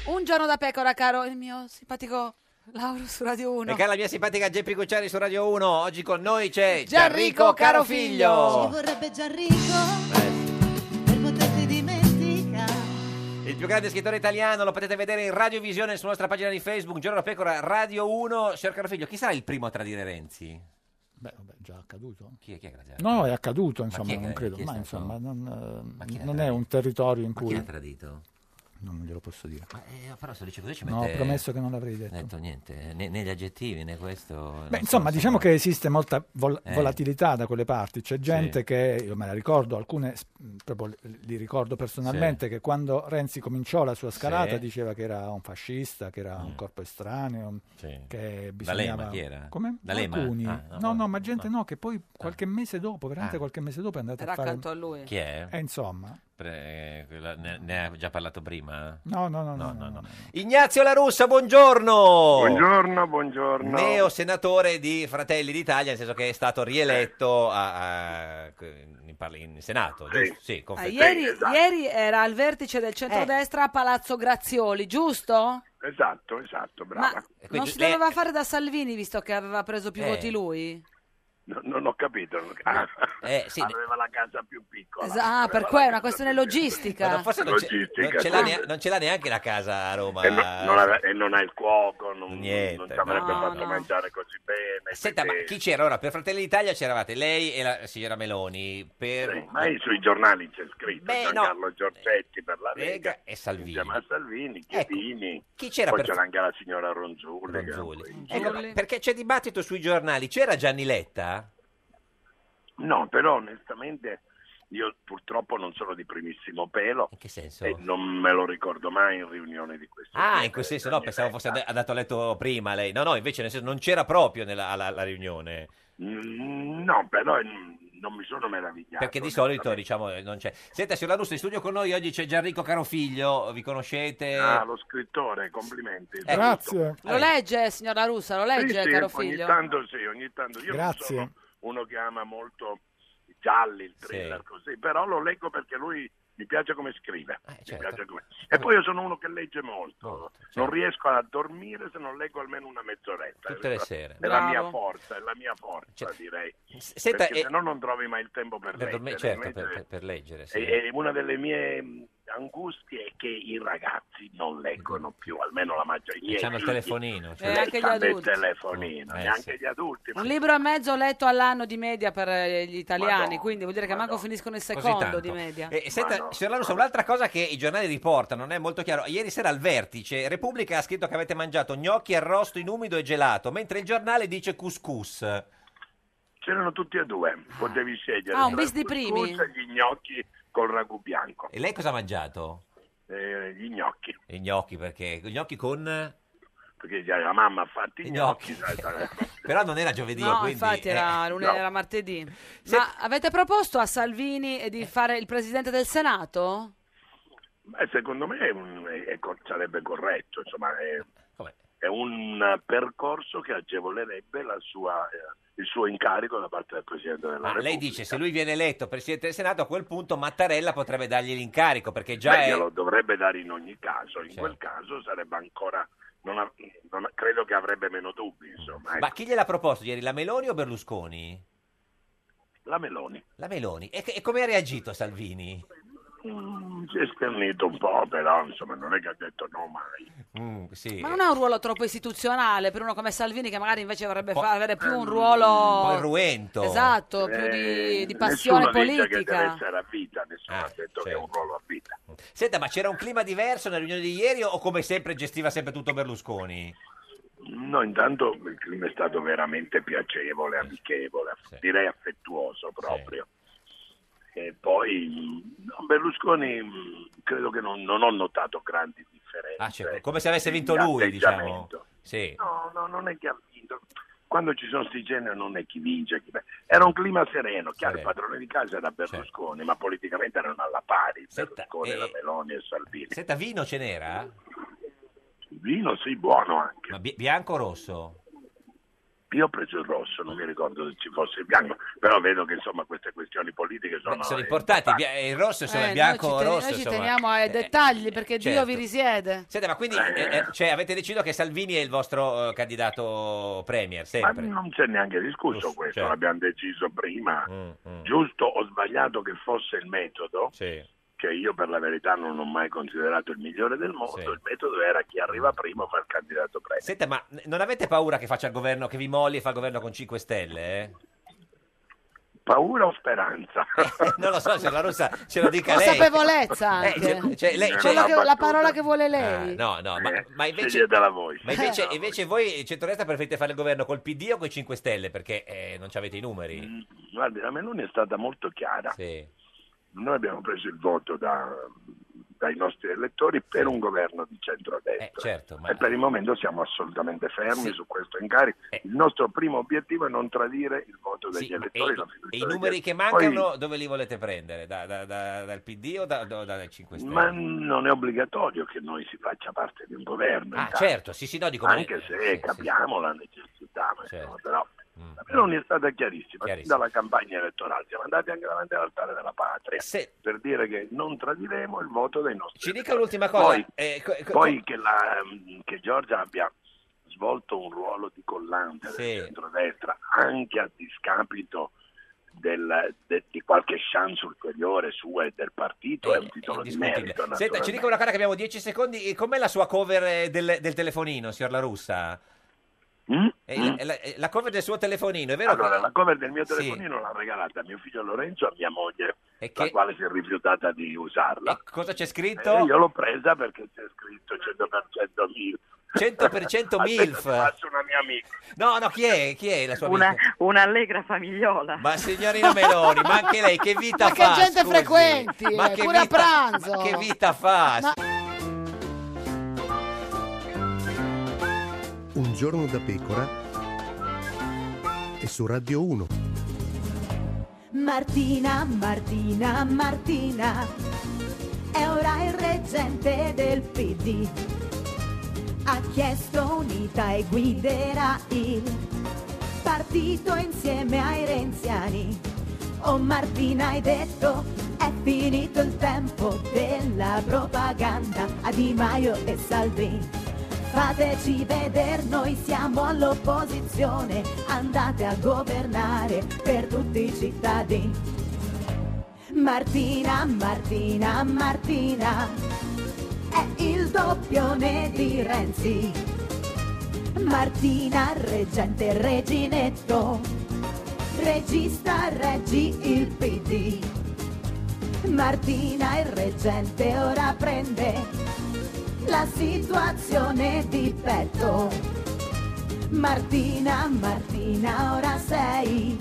Un giorno da pecora, caro il mio simpatico Lauro su Radio Ah, 1.
E cara la mia simpatica Geppi Cucciari su Radio 1, oggi con noi c'è
Gianrico
Gianrico Caro
Ci
Figlio, Eh.
vorrebbe Gianrico per poterti dimenticare.
il più grande scrittore italiano, lo potete vedere in radiovisione sulla nostra pagina di Facebook, Giorno da Pecora, Radio 1. Signor Caro Figlio, chi sarà il primo a tradire Renzi?
Beh, vabbè, già accaduto.
Chi è, chi è che l'ha già-
No, è accaduto,
Ma Cioè, chi
insomma,
è che-
non credo.
chi è
Ma
stato-
insomma, non, eh,
chi l'ha
non è un territorio in
Ma chi
cui...
l'ha tradito?
non glielo posso dire.
Eh, però se dice così ci
No,
mette...
ho promesso che non l'avrei detto.
detto niente, né, né gli aggettivi né questo. non
Beh,
so,
insomma, diciamo che esiste molta vol-
Eh.
volatilità da quelle parti. C'è gente
Sì.
che, io me la ricordo, alcune s- mh, proprio li- li ricordo personalmente, che quando Renzi cominciò la sua scalata
Sì. Mm.
diceva che era un fascista, che era un corpo estraneo, un- che bisognava...
D'Alema, chi era?
Come?
D'Alema?
Alcuni.
Ah,
no, no, ma gente no, che poi qualche mese dopo, veramente
Ah.
qualche mese dopo è andata
Era
a fare...
accanto a lui.
Chi è?
Eh, insomma.
Pre- quella- ne, ne ha già parlato prima?
No, no, no.
No, no, no. Ignazio La Russa, buongiorno!
Buongiorno, buongiorno.
Neo senatore di Fratelli d'Italia, nel senso che è stato rieletto a- a- in, parli- in Senato, giusto? Sì,
Ah,
confermato.
ieri,
Esatto.
ieri era al vertice del centrodestra
Eh.
a Palazzo Grazioli, giusto?
Esatto, esatto, brava.
Ma non si doveva fare da Salvini visto che aveva preso più
Eh.
voti lui?
No, non ho capito. Ah,
Eh,
Aveva la casa più piccola.
Esa- ah, per cui è una questione logistica.
Ma forse non, c'è-
Logistica,
non ce l'ha
sì.
nea- non ce l'ha neanche la casa a Roma.
E, no- non ave- e non ha il cuoco, non,
Niente,
non ci avrebbe
no,
fatto
no.
mangiare così bene.
Senta, ma
quindi-
chi c'era ora? Per Fratelli d'Italia c'eravate lei e la signora Meloni. Per...
Sì, ma io sui giornali c'è scritto
Beh, no.
Giancarlo Giorgetti per la
Lega
Lega,
e Salvini.
insieme a Salvini, Chiedini,
chi c'era
poi
per-
c'era anche la signora Ronzulli. che era qui.
Ecco, perché c'è dibattito sui giornali. C'era Gianni Letta?
No, però onestamente io purtroppo non sono di primissimo pelo
in che senso?
e non me lo ricordo mai in riunioni di questo
Ah,
genere.
in quel senso no, pensavo fosse and- andato a letto prima lei. No, no, invece nel senso non c'era proprio nella alla, alla riunione.
Mm, No, però mm, non mi sono meravigliato.
Perché di solito diciamo eh, non c'è. Senta, signor Russo in studio con noi oggi c'è Gianrico Carofiglio, vi conoscete?
Ah, lo scrittore, complimenti.
Grazie.
Eh.
Lo legge, signora Russa, lo legge,
Sì, sì,
Eh, caro
ogni
figlio.
tanto sì, ogni tanto. Io non
Grazie.
sono uno che ama molto i gialli, il thriller, così, però lo leggo perché lui mi piace come scrive. Mi piace come- E poi io sono uno che legge molto. Non riesco a dormire se non leggo almeno una mezz'oretta. eh, cioè,
Tutte le sere.
È la
Bravo.
mia forza, è la mia forza, direi.
senta,
perché
e-
se no non trovi mai il tempo per,
Per dormi-
leggere.
certo,
invece-
per, per- per leggere. sì.
e- e una delle mie mh, angustie è che i ragazzi non leggono più, almeno la maggior
E c'hanno il
figli
telefonino, cioè.
E Eh, anche gli
hanno il
adulti.
telefonino,
Eh,
neanche
sì.
gli adulti.
Un libro e mezzo letto all'anno di media per eh, gli italiani,
Madonna,
quindi vuol dire che manco finiscono il
Così
secondo
tanto. Eh,
di media.
E, e senta, signor La Russa, un'altra cosa che i giornali riportano, non è molto chiaro. Ieri sera al vertice Repubblica ha scritto che avete mangiato gnocchi arrosto in umido e gelato, mentre il giornale dice couscous.
C'erano tutti e due, potevi scegliere.
Ah, un
tra
bis di
il couscous
primi?
e Gli gnocchi col ragù bianco.
E lei cosa ha mangiato?
Eh, gli gnocchi,
I gnocchi perché gli gnocchi con
perché già la mamma ha fatto i
I
gnocchi.
gnocchi.
sai, sai.
Però non era giovedì,
No,
quindi
infatti
eh,
era, lunedì,
no. Eh.
era martedì. Ma avete proposto a Salvini di fare il presidente del Senato?
Beh, secondo me è un- è- è cor- sarebbe corretto, insomma, è,
Come?
è un percorso che agevolerebbe la sua, eh, il suo incarico da parte del Presidente della
Ma
Repubblica.
lei dice se lui viene eletto presidente del Senato a quel punto Mattarella potrebbe dargli l'incarico perché già
Beh,
è Certo.
glielo dovrebbe dare in ogni caso, in quel caso sarebbe ancora, non ha- non ha- credo che avrebbe meno dubbi, insomma.
Ma
ecco.
chi gliel'ha proposto ieri, la Meloni o Berlusconi?
La Meloni.
La Meloni. E, e come ha reagito Salvini?
Mm, si è sternito un po', però insomma non è che ha detto no mai.
Mm, sì.
Ma non ha un ruolo troppo istituzionale per uno come Salvini che magari invece vorrebbe
Po- eh,
fa- avere più un
Un po'
ruolo...
irruento.
Oh, Esatto, più di,
Eh,
di passione
nessuno dice che deve
politica.
essere a vita, nessuno
Ah,
ha detto che è
certo.
un ruolo a vita.
Senta, ma c'era un clima diverso nella riunione di ieri o come sempre gestiva sempre tutto Berlusconi?
No, intanto il clima è stato veramente piacevole, amichevole, direi affettuoso proprio. E poi mh, no, Berlusconi mh, credo che non, non ho notato grandi differenze.
Ah, cioè, come se avesse vinto
di
lui, diciamo.
atteggiamento.
Sì.
No, no, non è che ha vinto. Quando ci sono sti generi non è chi vince, chi perde. Era un clima sereno, chiaro, il padrone di casa era Berlusconi, ma politicamente erano alla pari Berlusconi, la Meloni e Salvini.
Senta, vino ce n'era?
Vino sì, buono anche.
Ma bi- bianco o rosso?
Io ho preso il rosso, non mi ricordo se ci fosse il bianco, però vedo che insomma queste questioni politiche sono...
Sono importanti, il bia- il rosso insomma,
Eh,
il bianco o
noi ci, te-
rosso.
noi ci
insomma. Eh,
teniamo ai dettagli perché Dio
certo.
vi risiede.
Senta, ma quindi eh, eh, cioè, avete deciso che Salvini è il vostro eh, candidato premier,
Ma
sempre?
non c'è neanche discusso
Giusto,
questo,
certo. Mm,
l'abbiamo deciso prima, giusto o sbagliato che fosse il metodo, che io per la verità non ho mai considerato il migliore del mondo, il metodo era chi arriva primo fa il candidato premio.
Senta, ma n- non avete paura che faccia il governo, che vi molli e fa il governo con 5 Stelle? eh?
paura o speranza?
non lo so, se la russa ce lo dica lei.
Consapevolezza anche.
Eh, cioè, Ah, lei- cioè-
Quello che- la parola che vuole lei.
No, no, ma,
Eh,
ma invece,
sceglietela voi.
ma invece,
Eh.
invece voi il centrodestra preferite fare il governo col PD o con i 5 Stelle perché eh, non ci avete i
Mm,
numeri.
Guardi, la Meloni è stata molto chiara. Noi abbiamo preso il voto da- dai nostri elettori per un governo di centrodestra.
Certo, ma
E per il momento siamo assolutamente fermi
Sì. Eh.
su questo incarico. Il nostro primo obiettivo è non tradire il voto degli
Sì, e,
elettori. la
i-
fiducia
e i
degli
numeri che
elettori.
mancano dove li volete prendere? Da- da- da- dal PD o da- da- dai 5
Poi-
Stelle?
ma non è obbligatorio che noi si faccia parte di un governo.
Ah,
intanto.
certo, sì, sì, no, dico, ma-
Anche se capiamo la necessità, ma insomma, però
Mm.
la Meloni è stata chiarissima, sin dalla campagna elettorale siamo andati anche davanti all'altare della patria per dire che non tradiremo il voto dei nostri
Ci dica l'ultima cosa.
poi,
eh, co- co-
poi che, la, mm, che Giorgia abbia svolto un ruolo di collante del centrodestra anche a discapito del- de- di qualche chance ulteriore sua e del partito è un titolo di merito
Senta, ci dica una cosa che abbiamo 10 secondi. E Com'è la sua cover eh, del, del telefonino, signor La Russa? Eh,
Mm?
La, la- eh, la cover del suo telefonino, è vero?
allora
che-
la cover del mio
Sì.
telefonino l'ha regalata a mio figlio Lorenzo e a mia moglie
che-
la quale si è rifiutata di usarla
Cosa c'è scritto?
Eh, io l'ho presa perché c'è scritto 100% MILF
100%
Aspetta,
MILF.
ti faccio una mia amica
No, no, chi è? Chi è la sua
Una-
amica?
Un'allegra famigliola.
Ma signorina Meloni, ma anche lei che vita
Ma che
fa?
gente
scusi?
frequenti,
Ma
eh,
che
pure a
vita-
pranzo.
ma che vita fa?
Ma-
Un giorno da pecora e su Radio 1.
Martina, Martina, Martina è ora il reggente del PD. Ha chiesto unita e guiderà il partito insieme ai renziani. Oh Martina hai detto è finito il tempo della propaganda a Di Maio e Salvini. Fateci vedere, noi siamo all'opposizione, andate a governare per tutti i cittadini. Martina, Martina, Martina, è il doppione di Renzi. Martina, reggente, reginetto, regista, reggi il PD. Martina, il reggente, ora prende la situazione di petto. Martina, Martina, ora sei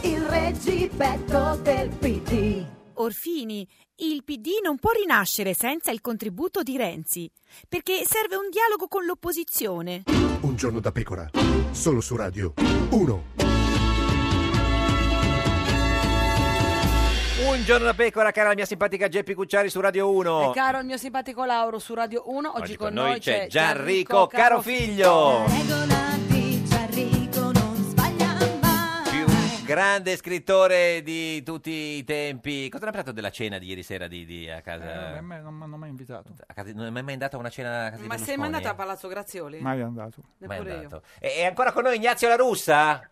il reggipetto del PD.
Orfini, il PD non può rinascere senza il contributo di Renzi, perché serve un dialogo con l'opposizione.
Eh,
Un giorno da pecora, solo su Radio 1.
Un giorno da pecora, cara la mia simpatica Geppi Cucciari su Radio 1.
E caro il mio simpatico Lauro su Radio 1, oggi, con noi, c'è
Gianrico Carofiglio, più grande scrittore di tutti i tempi. Cosa ne ha parlato della cena di ieri sera di, di- a casa?
Eh, me- non mi hanno mai invitato.
a casa- non è mai andato a una cena a casa di
Ma sei
Berlusconi?
mai andato a Palazzo Grazioli?
Mai andato.
Mai
Neppure
andato. E è ancora con noi Ignazio La Russa?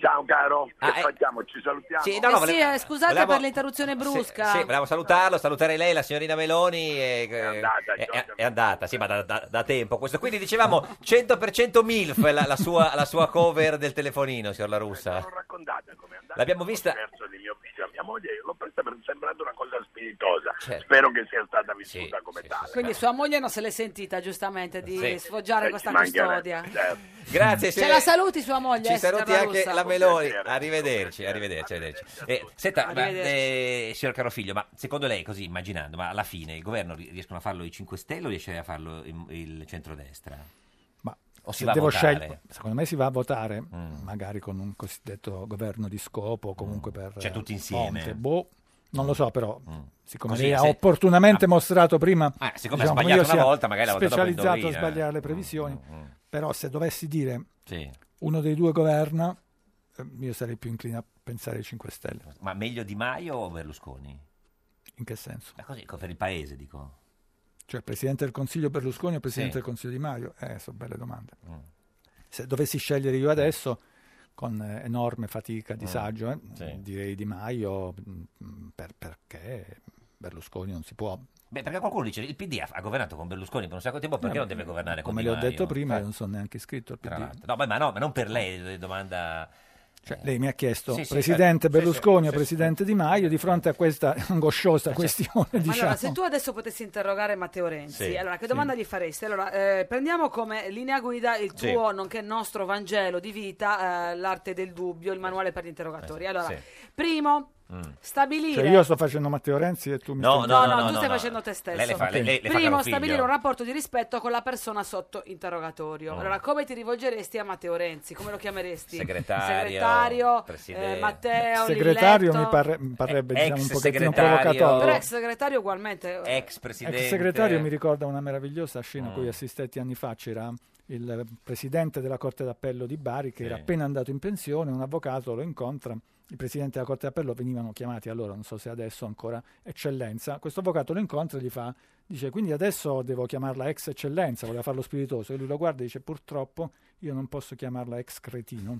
Ciao caro, che
Ah, eh.
facciamo? Ci salutiamo?
Sì, no, no,
Eh sì,
volevo-
eh, scusate
volevo-
per l'interruzione brusca.
Sì, bravo salutarlo, salutare lei, la signorina Meloni. eh, eh, è andata, è andata, sì, ma da, da- da tempo questo. Quindi dicevamo 100% MILF la, la sua, la sua cover del telefonino, signor La Russa.
Raccontate com'è andata.
L'abbiamo vista-
Verso di mio figlio e mia moglie, io l'ho presa per sembrare una cosa spiritosa.
Certo.
Spero che sia stata vissuta come tale.
Quindi sua moglie non se l'è sentita giustamente di
Sì.
sfoggiare
Eh,
questa
ci mancherebbe,
custodia.
Certo. Grazie,
Ce
signor-
la saluti sua moglie?
Ci
eh, signora
saluti anche
Russa?
la Meloni. Arrivederci, arrivederci, arrivederci. Eh, senta, ma,
Arrivederci.
eh, signor Carofiglio, ma secondo lei, così immaginando, ma alla fine il governo ri- riescono a farlo i 5 Stelle o riesce a farlo il, il centrodestra?
Ma
o si
Se
va a
devo
votare? Mm.
scegliere- secondo me si va a votare, magari con un cosiddetto governo di scopo, comunque per
Cioè,
eh,
tutti insieme. Mm.
Conte. Boh, non lo so, però siccome
Così,
lei ha
se-
opportunamente mostrato prima,
Ah, siccome ha
diciamo, come
sbagliato
io
una
sia
volta, magari la volta dopo
specializzato a
indovina.
sbagliare le previsioni, però se dovessi dire
Mm, Sì.
uno dei due governa, eh, io sarei più inclinato a pensare ai 5 Stelle.
Ma meglio Di Maio o Berlusconi?
In che senso?
Ma così, co- per il paese, dico.
Cioè, Presidente del Consiglio Berlusconi o Presidente
Sì.
del Consiglio Di Maio? Eh, sono belle domande. Se dovessi scegliere io adesso, con eh, enorme fatica, disagio, eh, direi Di Maio, mm, per- perché Berlusconi non si può...
Beh, perché qualcuno dice il PD ha, ha governato con Berlusconi per un sacco di tempo, perché
Eh,
non deve governare
Come
con
le ho
Di Maio?
detto prima,
eh. Tra-
io non sono neanche iscritto al
tra
PD.
l'altro. No, beh, ma no, ma non per lei, eh, domanda...
Cioè, lei mi ha chiesto,
Sì, sì,
Presidente
certo. Sì,
Berlusconi
sì,
o
sì,
Presidente Di Maio, di fronte a questa angosciosa questione,
Eh, Ma
diciamo...
allora, se tu adesso potessi interrogare Matteo Renzi,
Sì.
allora che
Sì.
domanda gli faresti? Allora, eh, prendiamo come linea guida il
Sì.
tuo, nonché nostro Vangelo di vita, eh, l'arte del dubbio, il manuale per gli interrogatori. Allora,
sì.
primo, stabilire...
Cioè, io sto facendo Matteo Renzi e tu mi stai...
No, no, tu stai facendo te stesso.
Lei le fa-
Ok.
lei- lei le fa
Primo,
Carofiglio.
stabilire un rapporto di rispetto con la persona sotto interrogatorio.
Mm.
Allora, come ti rivolgeresti a Matteo Renzi? Come lo chiameresti?
Segretario,
Segretario,
presidente.
eh, Matteo,
Segretario mi
Lilletto?
parre- mi parrebbe
Eh,
diciamo, un
ex
pochettino
segretario.
provocatorio.
Però ex segretario ugualmente. eh,
Ex
Ex segretario mi ricorda una meravigliosa scena a cui
Mm.
assistetti anni fa. C'era il eh, presidente della Corte d'Appello di Bari che era
Sì.
appena andato in pensione, un avvocato lo incontra, il presidente della Corte d'Appello venivano chiamati allora, non so se adesso ancora eccellenza. Questo avvocato lo incontra e gli fa dice "Quindi adesso devo chiamarla ex eccellenza", voleva farlo spiritoso e lui lo guarda e dice "Purtroppo io non posso chiamarla ex cretino".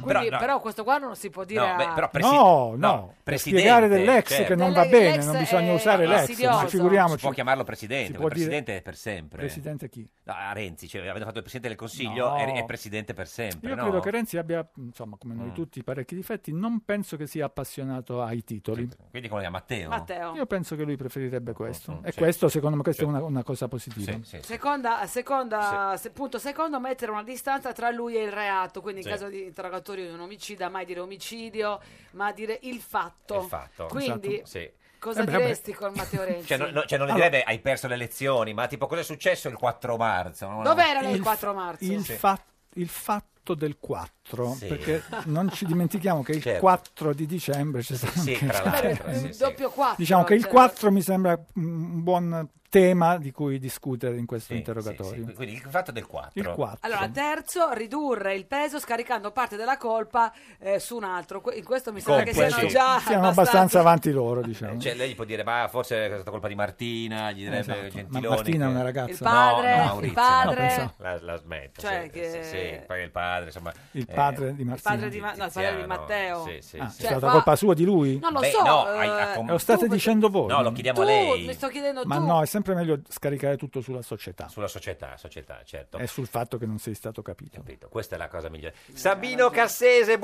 Quindi,
no.
però questo qua non si può dire
No,
a-
beh, però presi-
No, no, per
presidente,
spiegare dell'ex
certo.
che non va bene, non bisogna
è
usare l'ex,
insidioso.
ma figuriamoci.
Si può chiamarlo presidente,
Si
perché
può dire-
presidente è per sempre.
Presidente chi?
No, a Renzi, cioè, avete fatto il presidente del Consiglio,
No.
è, è presidente per sempre.
Io
no?
credo che Renzi abbia, insomma, come noi
Mm.
tutti, parecchi difetti. Non penso che sia appassionato ai titoli.
Quindi come lo chiama Matteo? Mm,
Io penso che lui preferirebbe questo. e
sì.
questo, secondo me, questa
Sì.
è una, una cosa positiva.
Sì, sì, sì.
Seconda, seconda- se- punto secondo, mettere una distanza tra lui e il reato, quindi in
Sì.
caso di interrogatorio di un omicida, mai dire omicidio, ma dire il fatto.
Il fatto.
Quindi
Esatto. Sì.
cosa
Eh beh,
diresti con Matteo Renzi?
Cioè, no- no- cioè, non le
Allora-
direbbe hai perso le elezioni, ma tipo cosa è successo il 4 marzo? No, no.
Dove erano il, 4 marzo?
Il, fa- il fatto del 4,
Sì.
perché non ci dimentichiamo che il
Certo.
4 di dicembre c'è stato anche-
tra l'altro, sì,
Il doppio cioè. 4.
Diciamo che il 4 mi sembra un buon tema di cui discutere in questo interrogatorio.
Quindi il fatto del 4.
Il 4.
Allora, terzo, ridurre il peso scaricando parte della colpa eh, su un altro. Que- In questo mi sembra che
Colpe,
siano
sì.
già
Siamo
abbastanza...
abbastanza avanti loro, diciamo.
Cioè, lei gli può dire, ma forse è stata colpa di Martina, gli direbbe
Esatto. Ma
Gentiloni.
Martina è
che-
una ragazza. Il
padre,
no, no,
il
Maurizio,
padre.
no,
Pensavo.
la, la smetta.
Cioè
sì,
che-
sì, sì, poi il padre, insomma.
Il
eh,
padre di Martina.
padre di Ma- no, il padre di
Tiziano,
Matteo.
sì, sì,
Ah,
sì.
è stata
qua-
colpa sua di lui?
Cioè, Non lo
Beh,
so.
no,
eh,
hai- ha com-
Lo state
tu-
dicendo voi?
No, lo chiediamo
tu,
a lei.
mi sto chiedendo
Ma
tu.
no, è sempre meglio scaricare tutto sulla società
Sulla società, società, certo.
e sul fatto che non sei stato capito.
Questa è la cosa migliore. Sabino Cassese,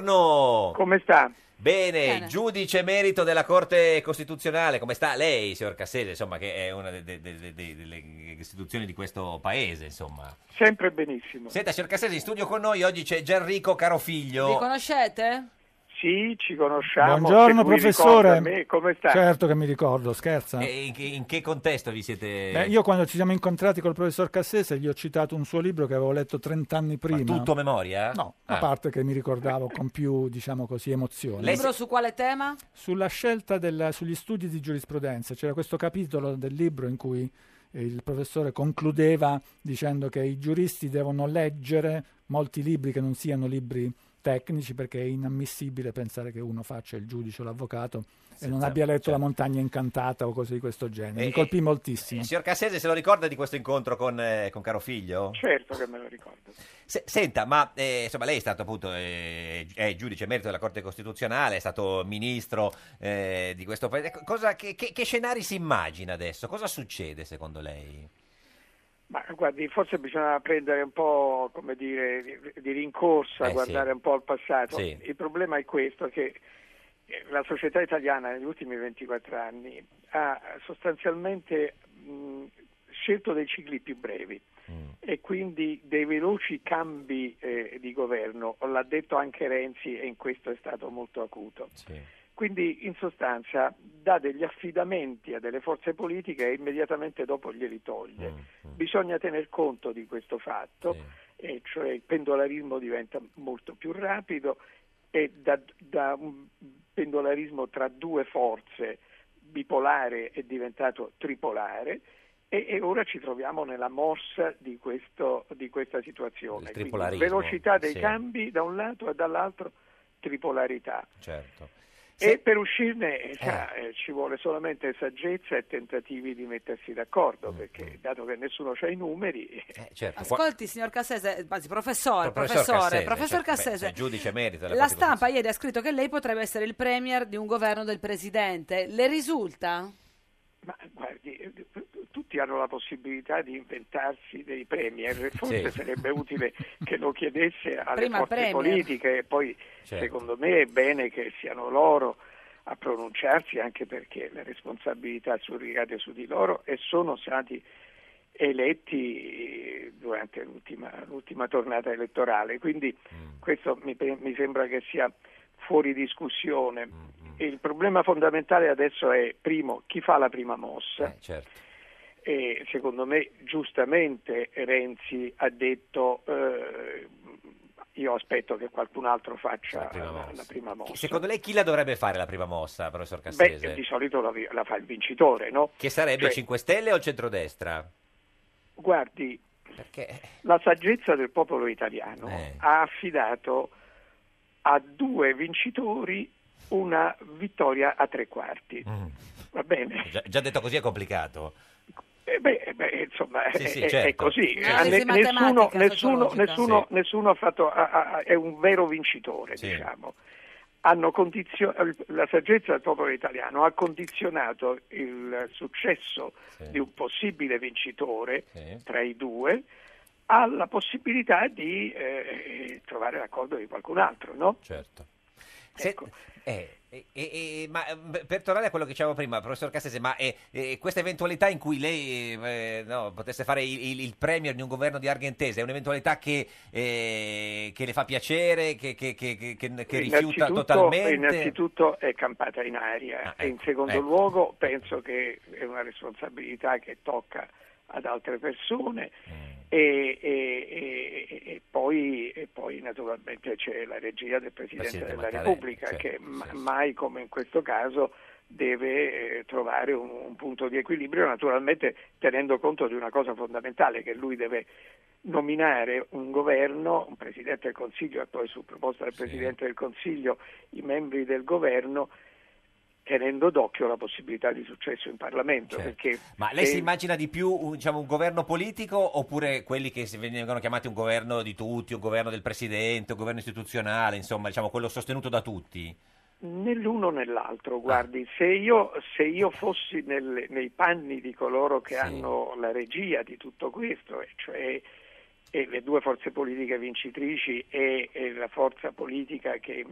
buongiorno.
Come sta?
Bene, giudice emerito della Corte Costituzionale, come sta lei, signor Cassese, insomma, che è una de- de- de- de- de- delle istituzioni di questo paese, insomma.
Sempre benissimo.
Senta, signor Cassese, in studio con noi oggi c'è Gianrico
Vi
Carofiglio.
conoscete?
Sì, ci conosciamo.
Buongiorno
se lui
professore.
ricorda me, come sta?
Certo che mi ricordo, scherza.
E in, che- in che contesto vi siete...
Beh, io quando ci siamo incontrati col professor Cassese gli ho citato un suo libro che avevo letto 30 anni prima.
Tutto Ah. a memoria? No.
a parte che mi ricordavo con più, diciamo così, emozione.
Un libro su quale tema?
Sulla scelta del- sugli studi di giurisprudenza c'era questo capitolo del libro in cui eh, il professore concludeva dicendo che i giuristi devono leggere molti libri che non siano libri tecnici perché è inammissibile pensare che uno faccia il giudice o l'avvocato e non
Senza-
abbia letto La montagna incantata o cose di questo genere.
E-
Mi colpì moltissimo.
Il signor Cassese se lo ricorda di questo incontro con, eh, con Carofiglio?
Certo che me lo ricordo.
Se- senta, ma eh, insomma, lei è stato appunto eh, è giudice emerito della Corte Costituzionale, è stato ministro eh, di questo paese. Co- Cosa, che, che- che scenari si immagina adesso? Cosa succede secondo lei?
Ma guardi, forse bisogna prendere un po', come dire, di- di rincorsa,
Eh, sì.
guardare un po' al passato.
Sì.
Il problema è questo, che eh, la società italiana negli ultimi 24 anni ha sostanzialmente mh, scelto dei cicli più brevi
Mm.
e quindi dei veloci cambi eh, di governo, l'ha detto anche Renzi e in questo è stato molto acuto. Quindi in sostanza dà degli affidamenti a delle forze politiche e immediatamente dopo glieli toglie.
Mm.
Bisogna tener conto di questo fatto, e cioè il pendolarismo diventa molto più rapido e da, da un pendolarismo tra due forze bipolare è diventato tripolare e, e ora ci troviamo nella morsa di, questo- di questa situazione. Quindi
tripolarismo,
velocità dei
sì.
cambi da un lato e dall'altro tripolarità.
Certo.
E per uscirne eh, sa, eh, ci vuole solamente saggezza e tentativi di mettersi d'accordo,
Mm,
perché dato che nessuno ha i numeri...
Eh.
Ascolti, signor Cassese, anzi, professore,
Certo, Professor Cassese,
professore, professor
cioè, beh,
Cassese.
cioè, giudice emerito della
La
Corte
stampa ieri ha scritto che lei potrebbe essere il premier di un governo del presidente. Le risulta?
Ma guardi, eh, tutti hanno la possibilità di inventarsi dei premier, forse
Sì.
sarebbe utile che lo chiedesse alle
Prima
forze
premier.
politiche e poi
Certo.
secondo me è bene che siano loro a pronunciarsi anche perché le responsabilità surrogate su di loro e sono stati eletti durante l'ultima, l'ultima tornata elettorale. Quindi questo mi, pe- mi sembra che sia fuori discussione. E Il problema fondamentale adesso è, primo, chi fa la prima mossa.
Eh. certo.
E secondo me, giustamente, Renzi ha detto eh, io aspetto che qualcun altro faccia la prima mossa.
Secondo lei chi la dovrebbe fare la prima mossa, professor
Beh,
Cassese?
di solito la, vi- la fa il vincitore, no?
Che sarebbe
Cioè,
5 Stelle o il centrodestra?
Guardi,
Perché?
la saggezza del popolo italiano
Eh.
ha affidato a due vincitori una vittoria a tre quarti.
Mm.
Va bene?
Già, già detto così è complicato.
Eh beh, eh beh, insomma,
Sì, sì,
è, è-
certo.
è così.
Analisi
Eh, ne-
matematica,
nessuno, nessuno,
sociologica.
nessuno,
Sì.
nessuno ha fatto, ha- ha- è un vero vincitore,
Sì.
diciamo. Hanno condizio- la saggezza del popolo italiano ha condizionato il successo di un possibile vincitore tra i due alla possibilità di eh, trovare l'accordo di qualcun altro, no? Ecco.
Certo. Se- eh, eh, eh, eh, ma eh, beh, per tornare a quello che dicevamo prima, professor Cassese, ma eh, eh, questa eventualità in cui lei eh, no, potesse fare il, il- il premier di un governo di Argentese è un'eventualità che, eh, che le fa piacere, che, che- che- che- che- che rifiuta
Eh, Innanzitutto-
totalmente?
Innanzitutto è campata in aria e in secondo
ecco.
luogo penso che è una responsabilità che tocca ad altre persone e, e- e- e poi, e poi naturalmente c'è la regia del Presidente
Presidente
della
Mattarella,
Repubblica
certo,
che
sì,
ma-
sì.
mai come in questo caso deve eh, trovare un, un punto di equilibrio naturalmente tenendo conto di una cosa fondamentale che lui deve nominare un governo, un Presidente del Consiglio e poi su proposta del Presidente del Consiglio i membri del governo tenendo d'occhio la possibilità di successo in Parlamento.
Certo.
Perché
Ma lei
se-
si immagina di più un, diciamo, un governo politico oppure quelli che si- vengono chiamati un governo di tutti, un governo del presidente, un governo istituzionale, insomma, diciamo quello sostenuto da tutti?
Né l'uno né
Ah.
l'altro, guardi, se io, se io fossi nel- nei panni di coloro che hanno la regia di tutto questo, e cioè e le due forze politiche vincitrici e, e la forza politica che,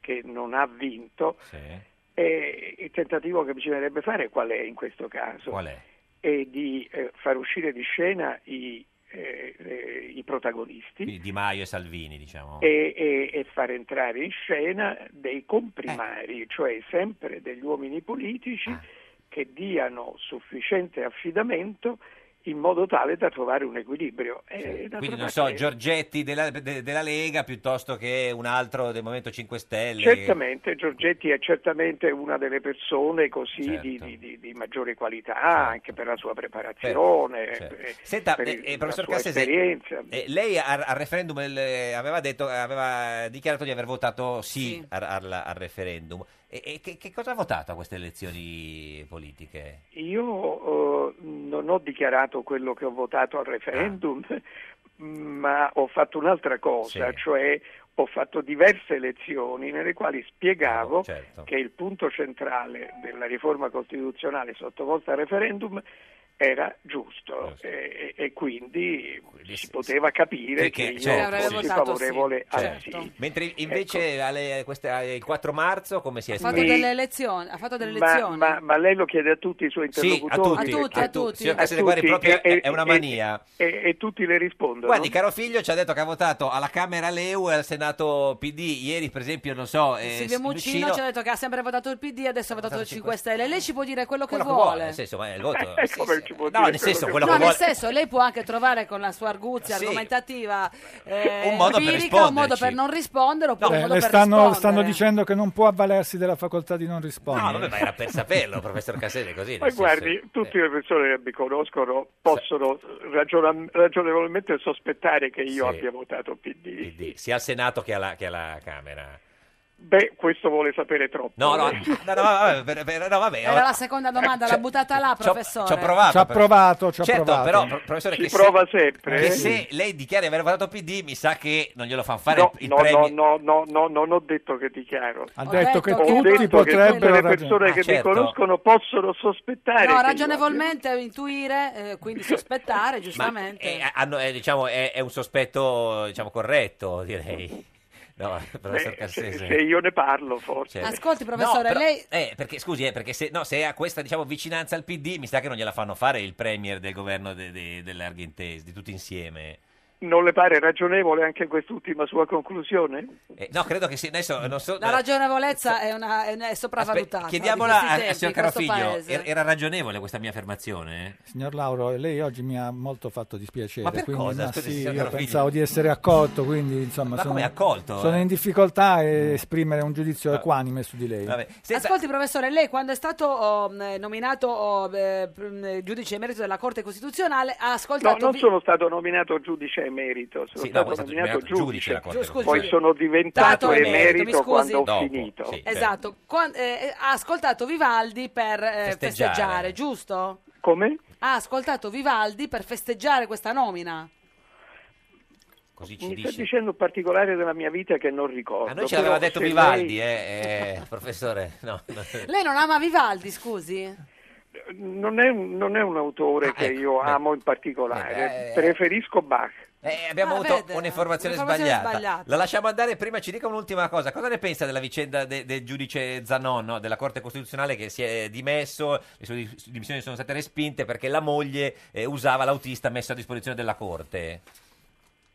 che non ha vinto, eh, il tentativo che bisognerebbe fare qual è in questo caso?
Qual è?
È di eh, far uscire di scena i, eh, eh, i protagonisti
Quindi Di Maio e Salvini, diciamo.
e, e- e far entrare in scena dei comprimari,
Ecco.
cioè sempre degli uomini politici
Ah.
che diano sufficiente affidamento in modo tale da trovare un equilibrio. E
Quindi non
naturalmente-
so, Giorgetti della, de- della Lega piuttosto che un altro del Movimento 5 Stelle.
Certamente, Giorgetti è certamente una delle persone così di,
Certo.
di- di- di maggiore qualità, anche per la sua preparazione,
Certo.
per-
Senta,
per
eh, eh,
la
professor
sua
Cassese,
esperienza.
eh, lei al, al referendum eh, aveva, detto, aveva dichiarato di aver votato sì, Al, al- al referendum. E, e che, che cosa ha votato a queste elezioni politiche?
Io eh, non ho dichiarato quello che ho votato al referendum, ma ho fatto un'altra cosa,
Ah. Sì.
cioè ho fatto diverse lezioni nelle quali spiegavo
certo.
che il punto centrale della riforma costituzionale sottoposta al referendum era giusto,
Eh,
E, e- e quindi si poteva capire che, io fossi favorevole al sì. Ecco.
Certo. Mentre invece alle- queste- alle- il 4 marzo come si è
Ha fatto
espresso?
delle elezioni, ha fatto delle
Ma-
elezioni.
Ma, ma lei lo chiede a tutti i suoi
Sì, a
interlocutori?
tutti,
perché-
a tutti. Signor Cassese, guardi, proprio è- è una mania.
E, e tutti le rispondono.
Guardi, caro figlio ci ha detto che ha votato alla Camera Leu e al Senato PD. Ieri, per esempio, non so... eh,
Silvio Muccino,
Muccino-
ci ha detto che ha sempre votato il PD, adesso ha votato il 5 Stelle. Lei ci può dire quello che
quello che
vuole.
vuole, nel senso, ma il voto...
Eh, come
sì,
ci
sì.
può
No,
dire
nel senso,
quello
quello
No,
che
nel
vuole...
senso, lei può anche trovare con la sua arguzia
Sì.
argomentativa eh,
Un modo per
empirica un modo
risponderci.
per non rispondere oppure
Beh,
un modo
Eh, le
per
stanno,
rispondere.
stanno dicendo che non può avvalersi della facoltà di
No,
non rispondere.
vabbè, ma era per saperlo, professor Caselle, così.
Poi
nel senso-
guardi, tutte le persone che mi conoscono possono ragiona- ragionevolmente sospettare che io
Sì.
abbia votato PD.
Sia al Senato che alla, che alla Camera.
Beh, questo vuole sapere troppo. eh.
No, no, no, no, vabbè, per- per- no, vabbè,
Era la seconda
Eh,
domanda, l'ha buttata là, professore.
Ci ho provato.
Ci ha provato, ci ha
certo,
provato.
però, pro- professore,
Ci
che se-
prova sempre.
che
Eh.
se lei dichiara di aver votato PD, mi sa che non glielo fanno fare
No,
il, il
no,
premio.
no, no, no, no, non ho detto che dichiaro.
Ha detto che
Ho
tutti
detto che
potrebbero
tutte le
ragionare.
persone
Ah,
che
certo.
mi conoscono possono sospettare.
No,
che
ragionevolmente intuire, eh, quindi sospettare,
Ma
giustamente.
è, hanno- è, diciamo, è, è un sospetto diciamo, corretto, direi. No, professor
Beh, se,
Cassese.
se io ne parlo forse.
Cioè-
Ascolti, professore,
No, però-
lei-
eh, perché, scusi, eh, perché se, no, se ha questa diciamo, vicinanza al PD, mi sa che non gliela fanno fare il premier del governo de, de- dell'Argentese, di tutti insieme.
Non le pare ragionevole anche quest'ultima sua conclusione?
Eh, no, credo che sia. Adesso non so.
La ragionevolezza è, una, è, è sopravvalutata.
Chiediamola
di
a,
questi
a
tempi,
signor
in questo
Carofiglio,
paese.
er- era ragionevole questa mia affermazione?
Signor Lauro, lei oggi mi ha molto fatto dispiacere.
Ma per
quindi,
cosa?
ma
Scusi,
sì,
signor
io
Carofiglio.
pensavo di essere accolto, quindi insomma
Ma
sono,
come accolto,
sono
eh? Mm.
in difficoltà a esprimere un giudizio equanime su di lei.
Vabbè.
Ascolti, professore, lei quando è stato oh, mh, nominato oh, eh, pr- mh, giudice emerito della Corte Costituzionale ha
No,
ascoltato...
non
vi-
sono stato nominato giudice emerito, sono
Sì, no,
stato
voi siete
nominato
nominato giudice alla
giudice,
Corte
Scusi,
poi
Costituzionale.
sono diventato
Stato emerito, mi
emerito
scusi.
quando ho
Dopo,
finito.
sì.
Esatto, Quan- eh, ha ascoltato Vivaldi per eh,
Festeggiare.
festeggiare, giusto?
Come?
Ha ascoltato Vivaldi per festeggiare questa nomina.
Così ci
Mi sta
dice.
dicendo un particolare della mia vita che non ricordo.
A noi ce
però
l'aveva detto
se
Vivaldi,
lei-
eh, eh, professore. No, no.
Lei non ama Vivaldi, scusi?
eh, Non è, un- non è un autore
Ah,
che
ecco,
io amo in particolare, preferisco Bach.
Eh, abbiamo
Ah,
avuto
vede,
un'informazione,
un'informazione
sbagliata.
sbagliata.
La lasciamo andare. Prima ci dica un'ultima cosa. Cosa ne pensa della vicenda de- del giudice Zanon no? della Corte Costituzionale che si è dimesso? Le sue dis- dimissioni sono state respinte perché la moglie eh, usava l'autista messo a disposizione della Corte.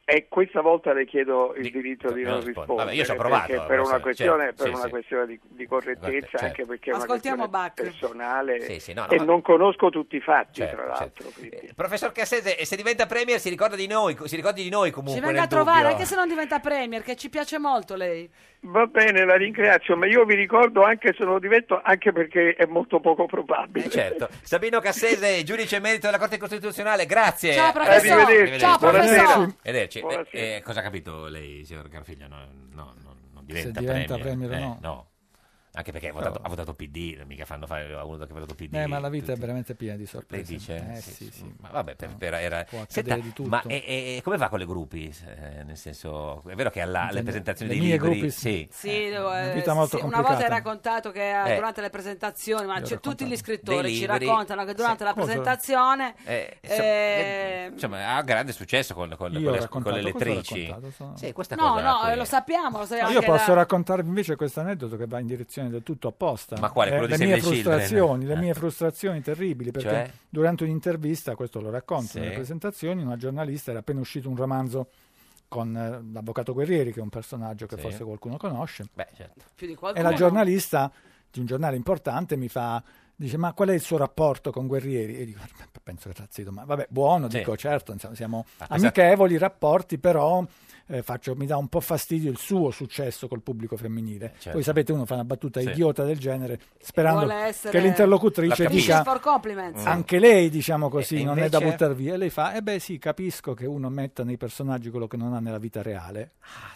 E questa volta le chiedo il diritto di
no,
non
rispondo.
rispondere.
Vabbè, io ci ho
perché
provato,
Per
adesso,
una questione,
certo,
per
sì,
una
sì.
questione di, di correttezza,
Corretta,
anche perché è una
Ascoltiamo
questione
Bach.
personale
certo. Sì, sì, no, no,
e
ma-
non conosco tutti i fatti,
Certo,
tra l'altro. quindi.
Professor Cassese, se diventa Premier si ricorda di noi, si ricordi di noi comunque.
Ci venga a
nel
trovare,
dubbio.
anche se non diventa premier, che ci piace molto lei.
Va bene, la ringrazio, ma io vi ricordo anche se non divento, anche perché è molto poco probabile.
Eh, certo. Sabino Cassese, giudice emerito della Corte Costituzionale, grazie.
Ciao, professor. Arrivederci. Ciao,
Arrivederci.
professor.
Arrivederci. Beh,
Buonasera.
eh, cosa ha capito lei, signor Garfiglio? No, no, no, non diventa,
Se diventa
premier,
premier o
eh,
no.
Anche perché ha votato, ha votato PD, non mica fanno fare a uno che ha votato PD.
Eh, ma la vita è veramente piena di
Lei
sorprese.
dice?
Eh,
Sì,
sì, sì.
Ma vabbè, per, per- era...
Può accadere
Senta,
di tutto.
ma e- e- e come va con le gruppi? Eh, nel senso, è vero che alla, alle
Intendo-
presentazioni
le
dei
mie
libri...
gruppi,
sì.
Sì,
Eh,
eh,
una vita molto
sì, una volta
complicata.
hai raccontato che eh,
Eh.
durante le presentazioni, ma
Io ho
c'è, tutti gli
raccontato.
scrittori
Dei
ci
libri.
raccontano che durante la
Cosa?
presentazione
Eh, insomma,
eh,
eh, insomma, ha grande successo con, con- con
Io ho
le, con le
raccontato, cosa ho
elettrici.
raccontato? Sono-
Sì, questa
No,
cosa
no,
qui
eh, lo sappiamo, lo sappiamo
Io
anche
posso
da-
raccontarvi invece questo aneddoto che va in direzione del tutto opposta.
Ma quale?
Eh,
Quello di
le
Save
mie
the Children?
frustrazioni, le
Eh.
mie frustrazioni terribili, perché
Cioè?
durante un'intervista, questo lo racconto
Sì.
nelle presentazioni, una giornalista era appena uscito un romanzo con eh, l'avvocato Guerrieri, che è un personaggio che
Sì.
forse qualcuno conosce.
Beh, certo.
Eh, più di
E
qualcuno.
la giornalista di un giornale importante mi fa, dice, ma qual è il suo rapporto con Guerrieri? E dico, "Beh, penso che razzito, ma vabbè, buono,
Sì.
dico, certo, insomma, siamo
Ah, questa-
amichevoli rapporti, però eh, faccio- mi dà un po' fastidio il suo successo col pubblico femminile.
certo.
Voi sapete, uno fa una battuta
Sì.
idiota del genere, sperando
Vuole essere-
che l'interlocutrice
La capisci.
dica...
For compliments.
Mm.
Anche lei, diciamo così,
E- e
non è da
invece-
buttare via. E lei fa: Eh beh, sì, capisco che uno metta nei personaggi quello che non ha nella vita reale.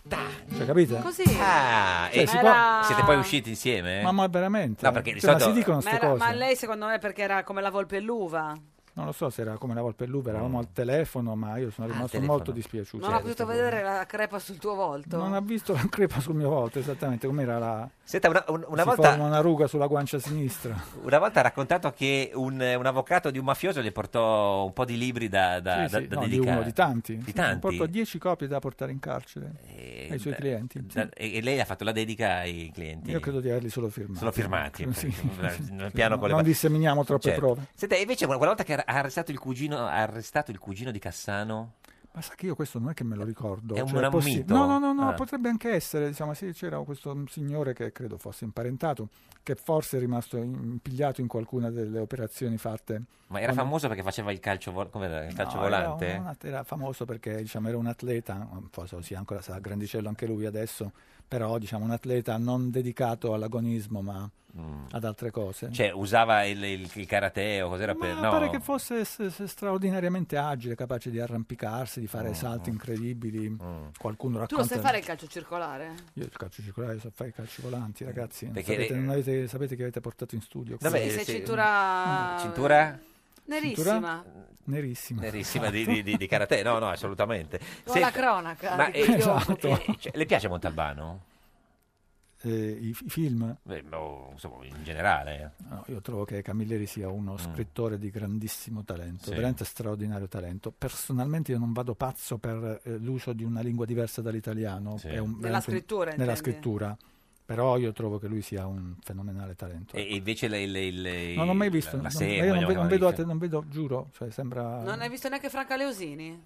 Cioè, capite?
Così.
Ah,
Cioè,
e
si
Ma
può-
era-
siete poi usciti insieme?
Ma, ma veramente?
No, perché di
Cioè, ma
solito-
si dicono
Ma,
queste
era-
cose.
ma lei secondo me perché era come la volpe e l'uva?
Non lo so se era come la volpe e l'uva, eravamo al telefono, ma io sono
Ah, al
rimasto
telefono.
molto dispiaciuto.
Certo,
Certo.
Non ho potuto vedere la crepa sul tuo volto.
Non ha visto la crepa sul mio volto, esattamente com'era la...
Senta, una, un- una
si
volta, Eh,
forma una ruga sulla guancia sinistra.
una volta ha raccontato che un, un avvocato di un mafioso gli portò un po' di libri da, da,
Sì,
da-
sì,
da
no, di
dedicare.
uno, di tanti.
Di
Sì,
tanti?
Porto 10 copie da portare in carcere
E-
ai suoi
da-
clienti.
da- e e lei ha fatto la dedica ai clienti?
Io credo di averli solo firmati.
Sono firmati.
Sì.
perché-
Sì.
nel piano
No,
con le
non
pa-
disseminiamo troppe
Certo.
prove.
Senta, e invece quella volta che ha arrestato il cugino, ha arrestato il cugino di Cassano?
Ma sa che io questo non è che me lo ricordo.
È un-
cioè,
un
possi-
mito?
No, no, no, no,
Ah.
potrebbe anche essere. Diciamo, sì, c'era questo signore che credo fosse imparentato, che forse è rimasto impigliato in qualcuna delle operazioni fatte.
Ma era
quando-
famoso perché faceva il calcio, vol- come era? Il calcio
No, era
volante?
un- Era, famoso perché diciamo, era un atleta, forse sia ancora sarà grandicello anche lui adesso, però diciamo un atleta non dedicato all'agonismo ma ad altre cose.
Mm. Cioè, usava il, il- il karate o cos'era per...
Ma
No.
pare che fosse s- s- straordinariamente agile, capace di arrampicarsi, di fare
Mm,
salti incredibili. Qualcuno
Tu lo
racconta...
sai fare il calcio circolare?
Io il calcio circolare so fare i calci volanti, ragazzi. non
Mm. Perché- eh,
sapete, non avete- sapete che avete portato in studio.
Vabbè,
qui.
Sì, sei
sì. cintura-
Cintura?
Nerissima.
Nerissima.
Nerissima di, di- di- di karate, no, no, assolutamente.
Con la cronaca
Ma
di quegli
eh,
occhi.
Esatto.
eh, cioè, le piace Montalbano?
Eh, i, i film?
Beh, no, insomma, in generale.
No, io trovo che Camilleri sia uno scrittore di grandissimo
Mm.
talento,
Sì.
veramente straordinario talento. Personalmente io non vado pazzo per eh, l'uso di una lingua diversa dall'italiano. è un-
Nella
veramente un-
scrittura,
Nella
intendi?
scrittura. Però io trovo che lui sia un fenomenale talento.
E e invece le, le- le-
non l'ho mai visto,
la- la
non-
serie,
io non,
vogliamo
ve- non
chiamarla
vedo,
così.
te- non vedo, giuro, cioè sembra
Non hai visto neanche Franca Leosini?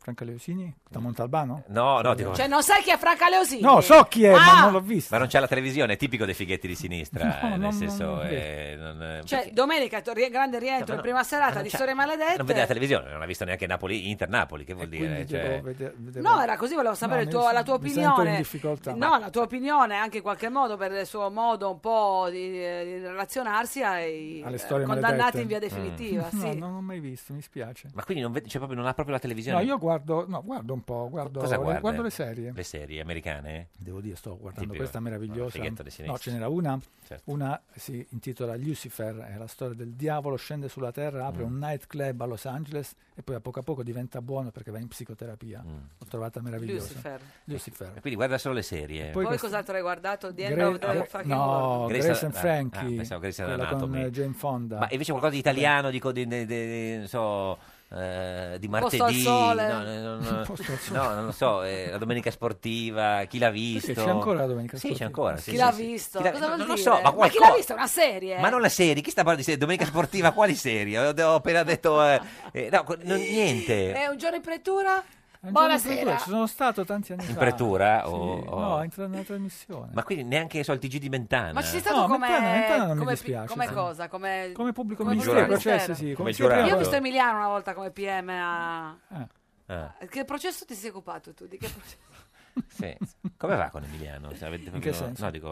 Franca Leosini,
Mm.
da Montalbano?
No, no, dico-
Cioè, non sai chi è Franca Leosini?
No, so chi è, ma
Ah!
non l'ho visto.
Ma non c'è la televisione, è tipico dei fighetti di sinistra,
No,
eh, nel
non-
senso...
non- non
eh, non- eh,
Cioè, domenica, to- ri- grande rientro, in prima serata di Storie Maledette.
Ah, non vede la televisione, non ha visto neanche Napoli, Inter-Napoli, che vuol dire?
quindi
cioè-
devo vedere- vedevo-
No, era così, volevo sapere
No,
il
mi-
tuo- la tua
mi sento in
opinione.
difficoltà.
No, la tua opinione anche in qualche modo per il suo modo un po' di, di relazionarsi ai
Alle storie
eh, condannati
maledette. Mm.
in via definitiva.
No,
sì.
non l'ho mai visto, mi spiace.
Ma quindi non, vede- cioè, proprio non ha proprio la
No,
televisione?
io guardo, no, guardo un po', guardo,
Cosa
le-
guarda?
guardo le serie.
Le serie americane?
Devo dire, sto guardando questa meravigliosa. No, ce
n'era
n'era una.
Certo.
Una si intitola Lucifer, è la storia del diavolo, scende sulla terra, apre
Mm.
un nightclub a Los Angeles e poi a poco a poco diventa buono perché va in psicoterapia.
Mm.
L'ho trovata meravigliosa.
Lucifer.
Lucifer.
Quindi guarda solo le serie.
poi
Poi
questo-
cos'altro hai guardato? The End
Grey-
of the
Gre- ah,
Fucking
eh, no,
World.
Grey's
Grace and
Ana-
Frankie,
ah, pensavo Grey's
quella con
Anatomy.
eh, Jane Fonda.
Ma invece qualcosa di italiano, dico di, di- di- non so, eh, di
Posto
martedì,
al sole.
No, no, no, no.
Posto al sole.
No, non lo so, eh, la domenica sportiva, chi l'ha visto?
Perché c'è ancora la domenica
Sì, c'è
sportiva?
ancora. sì,
Chi
sì,
l'ha
sì.
visto?
Chi l'ha-
Cosa
no,
vuol
non lo
dire?
so, ma,
chi l'ha
qualcosa-
visto? Una serie?
Ma non la serie, chi sta parlando di serie? Domenica sportiva, quali serie? Ho, ho appena detto... eh, eh, no, co- non- niente.
È un giorno in pretura?
È un giorno di
Buonasera.
pretura, Ci sono stato tanti anni fa.
In pretura?
Sì,
o- o-
No, entra nella trasmissione.
Ma quindi neanche so, il TG di Mentana?
Ma ci sei stato
Eh, No,
come,
Mentana- Mentana non mi
come,
dispiace,
come
sì.
cosa? Come,
Come pubblico
come
ministero,
giurato.
processo, sì, Eh.
Come
come
giurato.
Io ho visto Emiliano una volta come PM a... Eh,
Ah,
Che processo ti sei occupato tu? Di che processo?
sì. Come va con Emiliano? Cioè, avete
In che
proprio-
senso?
No, dico,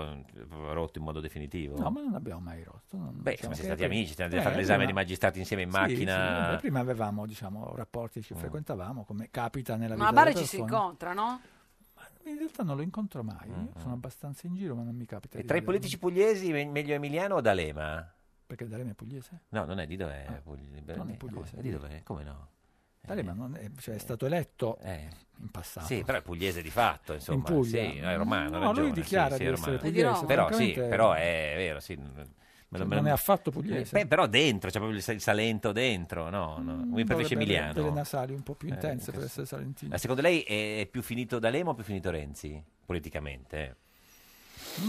proprio rotto in modo definitivo.
No, ma non abbiamo mai rotto. non-
Beh,
diciamo
insomma, siete
che-
stati amici, siete andati a
Eh,
fare l'esame
prima-
di magistrati insieme in
Sì, sì,
macchina. Mm.
vabbè, prima avevamo, diciamo, rapporti, ci frequentavamo, come capita nella vita
Ma a Bari
delle
ci si
persone.
incontra, no?
In realtà non lo incontro mai, io sono abbastanza in giro, ma non mi capita.
Mm, E
di
tra i
vederlo.
politici pugliesi, me- meglio Emiliano o D'Alema?
Perché D'Alema è pugliese?
No, non è di dov'è? Pugli-
Ah, non è
eh,
pugliese.
come- Di dov'è? Come no?
D'Alema non è, cioè, è stato eletto
Eh.
in passato.
Sì, però è pugliese di fatto, insomma.
In Puglia.
Sì, no, è romano,
No,
ha
lui
ragione,
dichiara
sì, sì,
di
è
essere
romano. Però
pugliese,
sì,
francamente- Cioè,
però è vero, sì. me lo- me lo-
non è affatto pugliese.
Eh, beh, però dentro, c'è proprio il il Salento dentro, no? no. Mi preferisce
mm, Dovrebbe avere
Emiliano.
Delle nasali un po' più
Eh,
intense per
questo-
essere salentino.
Ma secondo lei è è più finito D'Alema o più finito Renzi? Politicamente? Sto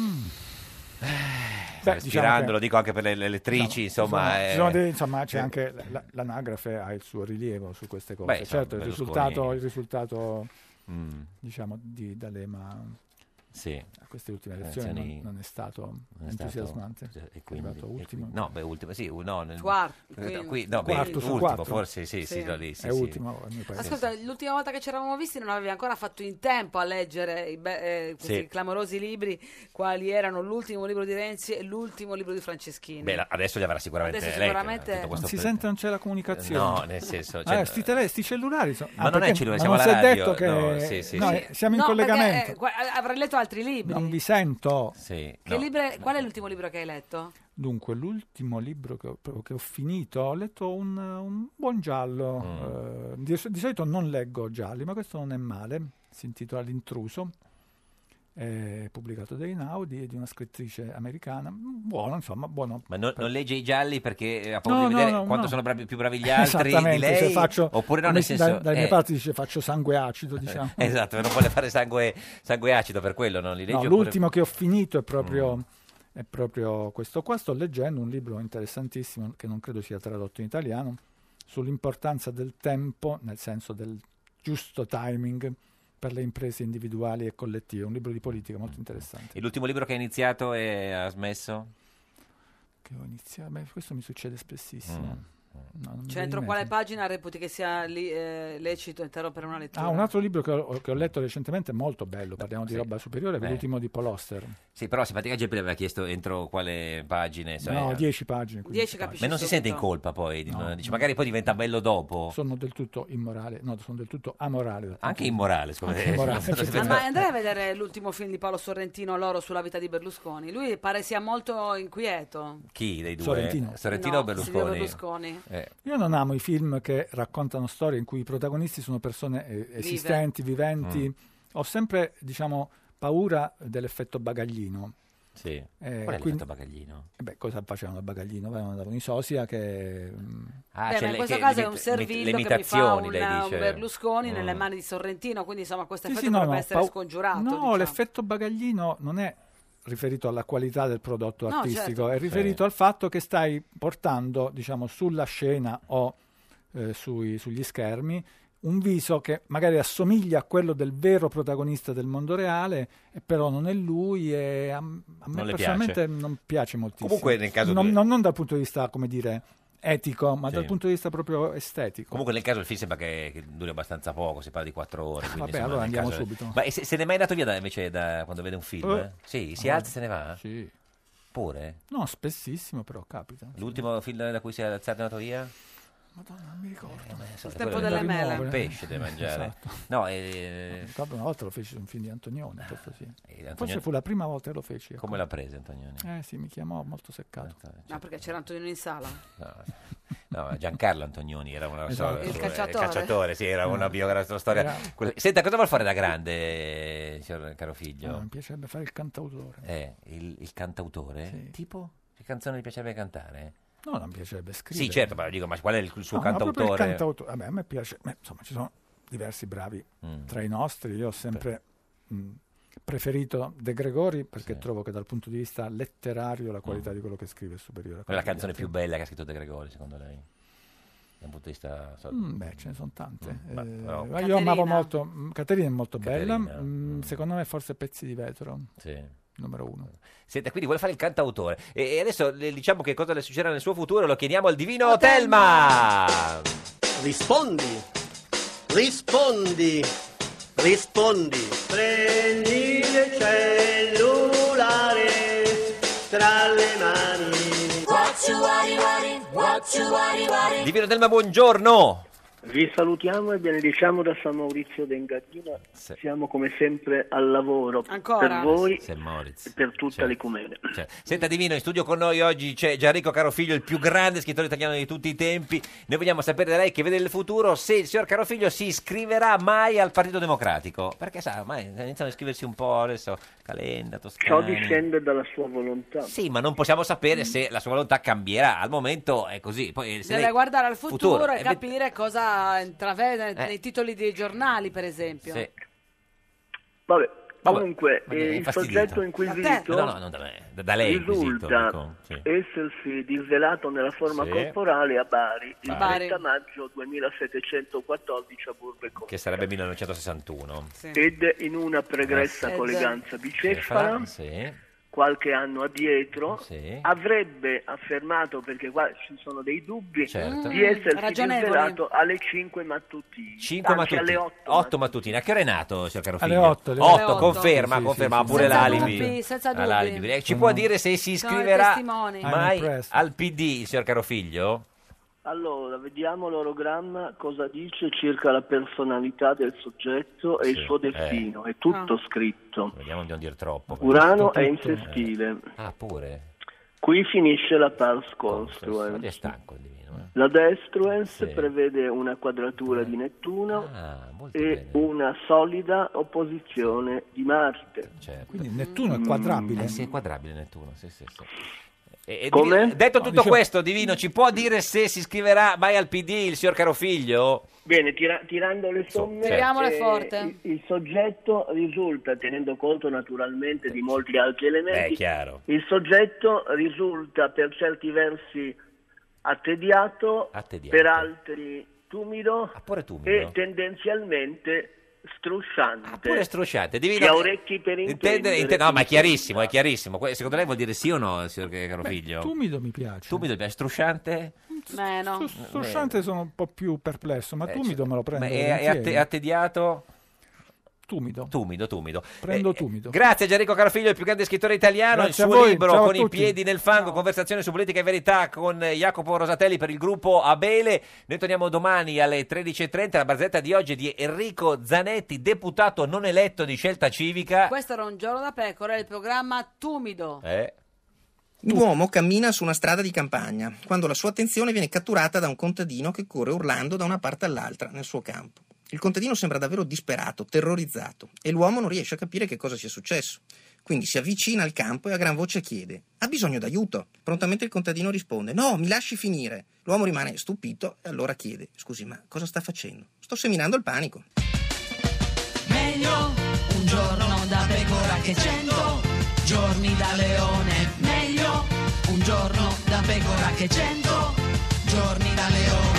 Beh, diciamo
Eh, respirando,
che- Diciamo,
lo dico anche per le le elettrici, insomma.
Insomma,
eh,
ci sono dei- insomma, c'è
eh,
anche l- la- l'anagrafe ha il suo rilievo su queste cose.
Beh, insomma,
certo, il
Berlusconi-
risultato, il risultato
Mm.
diciamo, di D'Alema
Sì.
a queste ultime elezioni non,
Elezioni-
non è stato
non è stato-
entusiasmante.
e quindi-
è arrivato
e
ultimo.
quindi- no, beh, ultimo, sì, u- no, nel-
Quarto,
eh,
quindi.
qui- no, beh,
Quarto su
ultimo,
quattro.
forse sì, sì,
Sì.
da lì, sì,
È
sì.
ultimo, a mio parere.
Ascolta, l'ultima volta che ci eravamo visti non avevi ancora fatto in tempo a leggere i be- eh, questi
Sì.
clamorosi libri, quali erano l'ultimo libro di Renzi e l'ultimo libro di Franceschini.
Beh, la- adesso li avrà sicuramente
Adesso
letto,
sicuramente-
tutto
Eh, Non
questo
si
per-
sente, non c'è la comunicazione.
No, nel senso, cioè,
Ah, sti, tele- sti cellulari sono...
Ma non è cellulare,
ma non
siamo alla
si è
radio,
detto che...
no, sì, sì,
no,
sì.
eh, siamo in
No,
collegamento.
perché, eh, qua- avrai letto altri libri.
Non vi sento.
Sì,
Che libri- Qual è l'ultimo libro che hai letto?
Dunque, l'ultimo libro che ho, proprio che ho finito, ho letto un, un buon giallo.
Mm.
eh, di, di solito non leggo gialli, ma questo non è male. Si intitola L'intruso. È pubblicato da Inaudi, è di una scrittrice americana. Buono, insomma, buono.
Ma non, non legge i gialli perché eh, ha paura
No,
di
no,
vedere
no,
quanto
no.
sono bravi- più bravi gli altri di
Esattamente, se
lei?
faccio-
oppure no,
come
nel
si-
senso...
da- dalle mie
eh,
parti dice faccio sangue acido, diciamo.
Esatto, non vuole fare sangue, sangue acido per quello, non li legge Mm.
No,
oppure-
l'ultimo che ho finito è proprio, è proprio questo qua. Sto leggendo un libro interessantissimo che non credo sia tradotto in italiano sull'importanza del tempo, nel senso del giusto timing per le imprese individuali e collettive. Un libro di politica molto interessante.
E l'ultimo libro che ha iniziato e ha smesso? Mm.
Che ho iniziato- beh, questo mi succede spessissimo.
Cioè, entro quale pagina reputi che sia li- eh, lecito interrompere una lettura?
Ah, un altro libro che ho, che ho letto recentemente, molto bello, parliamo di
sì.
roba superiore, è
Beh.
l'ultimo di Poloster.
Sì, però simpatica Geppi le aveva chiesto entro quale pagine. so,
No,
eh.
10 pagine.
10 capisci
Ma non si
subito.
sente in colpa poi, di-
No.
dice, magari poi diventa bello dopo.
Sono del tutto immorale, no, sono del tutto amorale. dal
Anche
punto di-
immorale, secondo
Anche
me.
immorale,
Sono-
effettivamente.
Ah, ma andrai a vedere l'ultimo film di Paolo Sorrentino, Loro sulla vita di Berlusconi. Lui pare sia molto inquieto.
Chi dei due?
Sorrentino.
o
No, Silvio
Berlusconi?
Berlusconi.
Eh,
Io non amo i film che raccontano storie in cui i protagonisti sono persone eh, esistenti, viventi.
Mm.
Ho sempre, diciamo, paura dell'effetto bagaglino.
sì. Qual
Eh,
è l'effetto
quindi-
bagaglino?
Eh Beh, cosa facevano al bagaglino? Avevano dato i sosia che... mm,
Ah,
Beh,
c'è
ma in
le-
questo
che-
caso è
l'imit-
un servillo
l'imit-
che mi fa un,
l'imitazioni, lei dice.
un Berlusconi nelle
Mm.
mani di Sorrentino, quindi insomma questo
Sì,
effetto
sì, no,
dovrebbe
no,
essere
pau-
scongiurato.
No,
diciamo.
l'effetto bagaglino non è riferito alla qualità del prodotto
No,
artistico,
certo.
è riferito
Sì.
al fatto che stai portando, diciamo, sulla scena o eh, sui- sugli schermi un viso che magari assomiglia a quello del vero protagonista del mondo reale, e però non è lui e a, a me
Non le
personalmente
piace.
non piace moltissimo.
Comunque, nel caso
non,
di-
non- non dal punto di vista, come dire, etico, ma
Sì.
dal punto di vista proprio estetico.
Comunque nel caso il film sembra che, che duri abbastanza poco, si parla di quattro ore. quindi,
Ah, vabbè,
insomma, nel
allora andiamo
caso-
subito.
Ma e se, se n'è mai andato via da- invece da quando vede un film?
Eh.
eh? Sì, si
Ah,
alza e se ne va?
Sì.
Pure?
No, spessissimo però capita.
Eh,
L'ultimo film da cui si è alzato e andato via?
Madonna, non mi ricordo.
Il
tempo delle mele.
Il pesce deve mangiare.
Esatto.
No, eh,
Mi ricordo una volta lo feci su un film di Antonioni. questo sì.
Ah, Antonioni-
Forse fu la prima volta che lo feci. ecco.
come l'ha presa Antonioni?
Eh sì, mi chiamò molto seccato.
No, perché c'era Antonino in sala.
No, no, Giancarlo Antonioni era una
Esatto. Eh.
storia- eh,
Il
calciatore.
sì, era una biografia, una storia.
Era-
quella- Senta, cosa vuol fare da grande, eh, signor caro
Ah,
figlio?
mi piacerebbe fare il cantautore.
Eh, il, il cantautore? Eh, Tipo? Che canzone gli piacerebbe cantare?
No, non mi piacerebbe scrivere.
Sì, certo, ma dico, ma qual è il, il suo
No, ma proprio
cantautore?
il cantautore. Vabbè, a me piace. beh, insomma, ci sono diversi bravi
Mm. Certo.
tra i nostri. Io ho sempre mh, preferito De Gregori perché trovo che dal punto di vista letterario
Mm.
la qualità di quello che scrive è superiore
Qual
a
è
quella
la canzone
degli altri.
più bella che ha scritto De Gregori, secondo lei? Da un punto di vista... so-
Mm, beh, ce ne sono tante.
Mm, ma-
Eh,
però-
ma io amavo
Caterina.
molto. mm, Caterina è molto
Caterina,
bella. mm, Secondo me, forse Pezzi di vetro,
Sì.
numero uno.
Senta, quindi vuole fare il cantautore. E e adesso le diciamo che cosa le succederà nel suo futuro, lo chiediamo al divino Telma!
Rispondi, rispondi, rispondi. Prendi il cellulare tra le mani.
What you worry, worry, what you worry, worry.
Divino Telma, buongiorno!
Vi salutiamo e benediciamo da San Maurizio d'Engadina. Siamo come sempre al lavoro
Ancora?
per voi
St. Moritz.
e per tutta l'ecumene.
Cioè, senta Divino, in studio con noi oggi c'è Gianrico Carofiglio, il più grande scrittore italiano di tutti i tempi. Noi vogliamo sapere da lei che vede il futuro se il signor Carofiglio si iscriverà mai al Partito Democratico. Perché sa, ormai iniziano a iscriversi un po' adesso, Calenda,
Ciò Mm.
Toscana.
discende dalla sua volontà.
Sì, ma non possiamo sapere se la sua volontà cambierà. Al momento è così. Poi, eh, se
Deve
lei-
guardare al futuro,
Futuro,
e
eh,
capire cosa intravede
Eh.
nei titoli dei giornali, per esempio.
Sì.
Vabbè,
Vabbè,
comunque
ma ne è
eh, il
infastidito.
soggetto inquisito
No, no, non da me, da- da lei è inquisito,
risulta
dico, sì.
essersi disvelato nella forma
Sì.
corporale a Bari il
Bari.
30 maggio 2714 a Burbe Conti.
Che sarebbe 1961.
Ed in una pregressa
Eh, già.
colleganza
Cefala,
bicefala,
sì.
qualche anno addietro,
Sì.
avrebbe affermato, perché qua ci sono dei dubbi,
Certo.
di essersi
ragionevoli.
disvelato alle 5 mattutine.
5
anzi, alle
mattutine.
8.
8 mattutine. A che ora è nato, signor Carofiglio?
Alle otto, alle
8,
otto.
conferma,
Sì, sì,
conferma
sì,
ha
sì.
pure
Senza Mm.
l'alibi.
dubbi, senza
Ha
dubbi.
l'alibi. Eh, Ci
Sono-
può dire se si
sono i
iscriverà
testimoni. I'm
mai
impressed.
al PD, il signor Carofiglio?
Allora, vediamo l'orogramma cosa dice circa la personalità del soggetto e il
Sì,
suo
eh.
destino. È tutto
Ah.
scritto.
Vediamo di non dire troppo.
Urano è in
Tutto.
sestile.
Ah, pure.
Qui finisce la eh. pars construens.
Oggi è stanco il divino.
La destruens
Sì. Eh.
prevede una quadratura di Nettuno
Ah, molto
e una solida opposizione di Marte.
Certo.
Quindi
Mm.
Nettuno è quadrabile.
Eh sì, è quadrabile Nettuno, sì, sì, sì. E- e
Come?
Divino- detto
No,
tutto
dicevo-
questo, Divino, ci può dire se si iscriverà mai al PD il signor Carofiglio? certo.
Bene, tira- tirando le somme,
Tiriamole forte.
il, il soggetto risulta, tenendo conto naturalmente di molti altri
Eh, Beh, è
elementi,
chiaro.
il soggetto risulta per certi versi attediato,
Attediato. Ah,
per altri tumido,
tumido. Ah,
e tendenzialmente strusciante.
Pure strusciate, divino.
Chi ha orecchi per intendere,
Intendere- inte- no, ma è chiarissimo, è chiarissimo. Que- Secondo lei vuol dire sì o no, signor Carofiglio?
Tumido mi piace.
Tumido, mi piace. strusciante?
Mm,
Beh, no.
Sul Shante sono un po' più perplesso, ma
Eh,
Tumido me lo prendo.
Ma è, è atte-
volentieri.
attediato?
Tumido.
Tumido, tumido. Eh,
Prendo Tumido.
Grazie Gianrico Carofiglio, il più grande scrittore italiano,
Grazie
il
a
suo
voi,
libro
ciao a
Con i
tutti.
piedi nel fango, conversazione su politica e verità con eh, Jacopo Rosatelli per il gruppo Abele. Noi torniamo domani alle 13.30, la barzetta di oggi è di Enrico Zanetti, deputato non eletto di Scelta Civica.
Questo era un giorno da pecora, il programma Tumido.
Eh,
L'uomo cammina su una strada di campagna quando la sua attenzione viene catturata da un contadino che corre urlando da una parte all'altra nel suo campo. Il contadino sembra davvero disperato, terrorizzato e l'uomo non riesce a capire che cosa sia successo. Quindi si avvicina al campo e a gran voce chiede: Ha bisogno d'aiuto? Prontamente il contadino risponde: No, mi lasci finire. L'uomo rimane stupito e allora chiede: Scusi, ma cosa sta facendo? Sto seminando il panico.
Meglio un giorno da pecora che cento giorni da leone. Meglio un giorno da pecora che cento giorni da leone.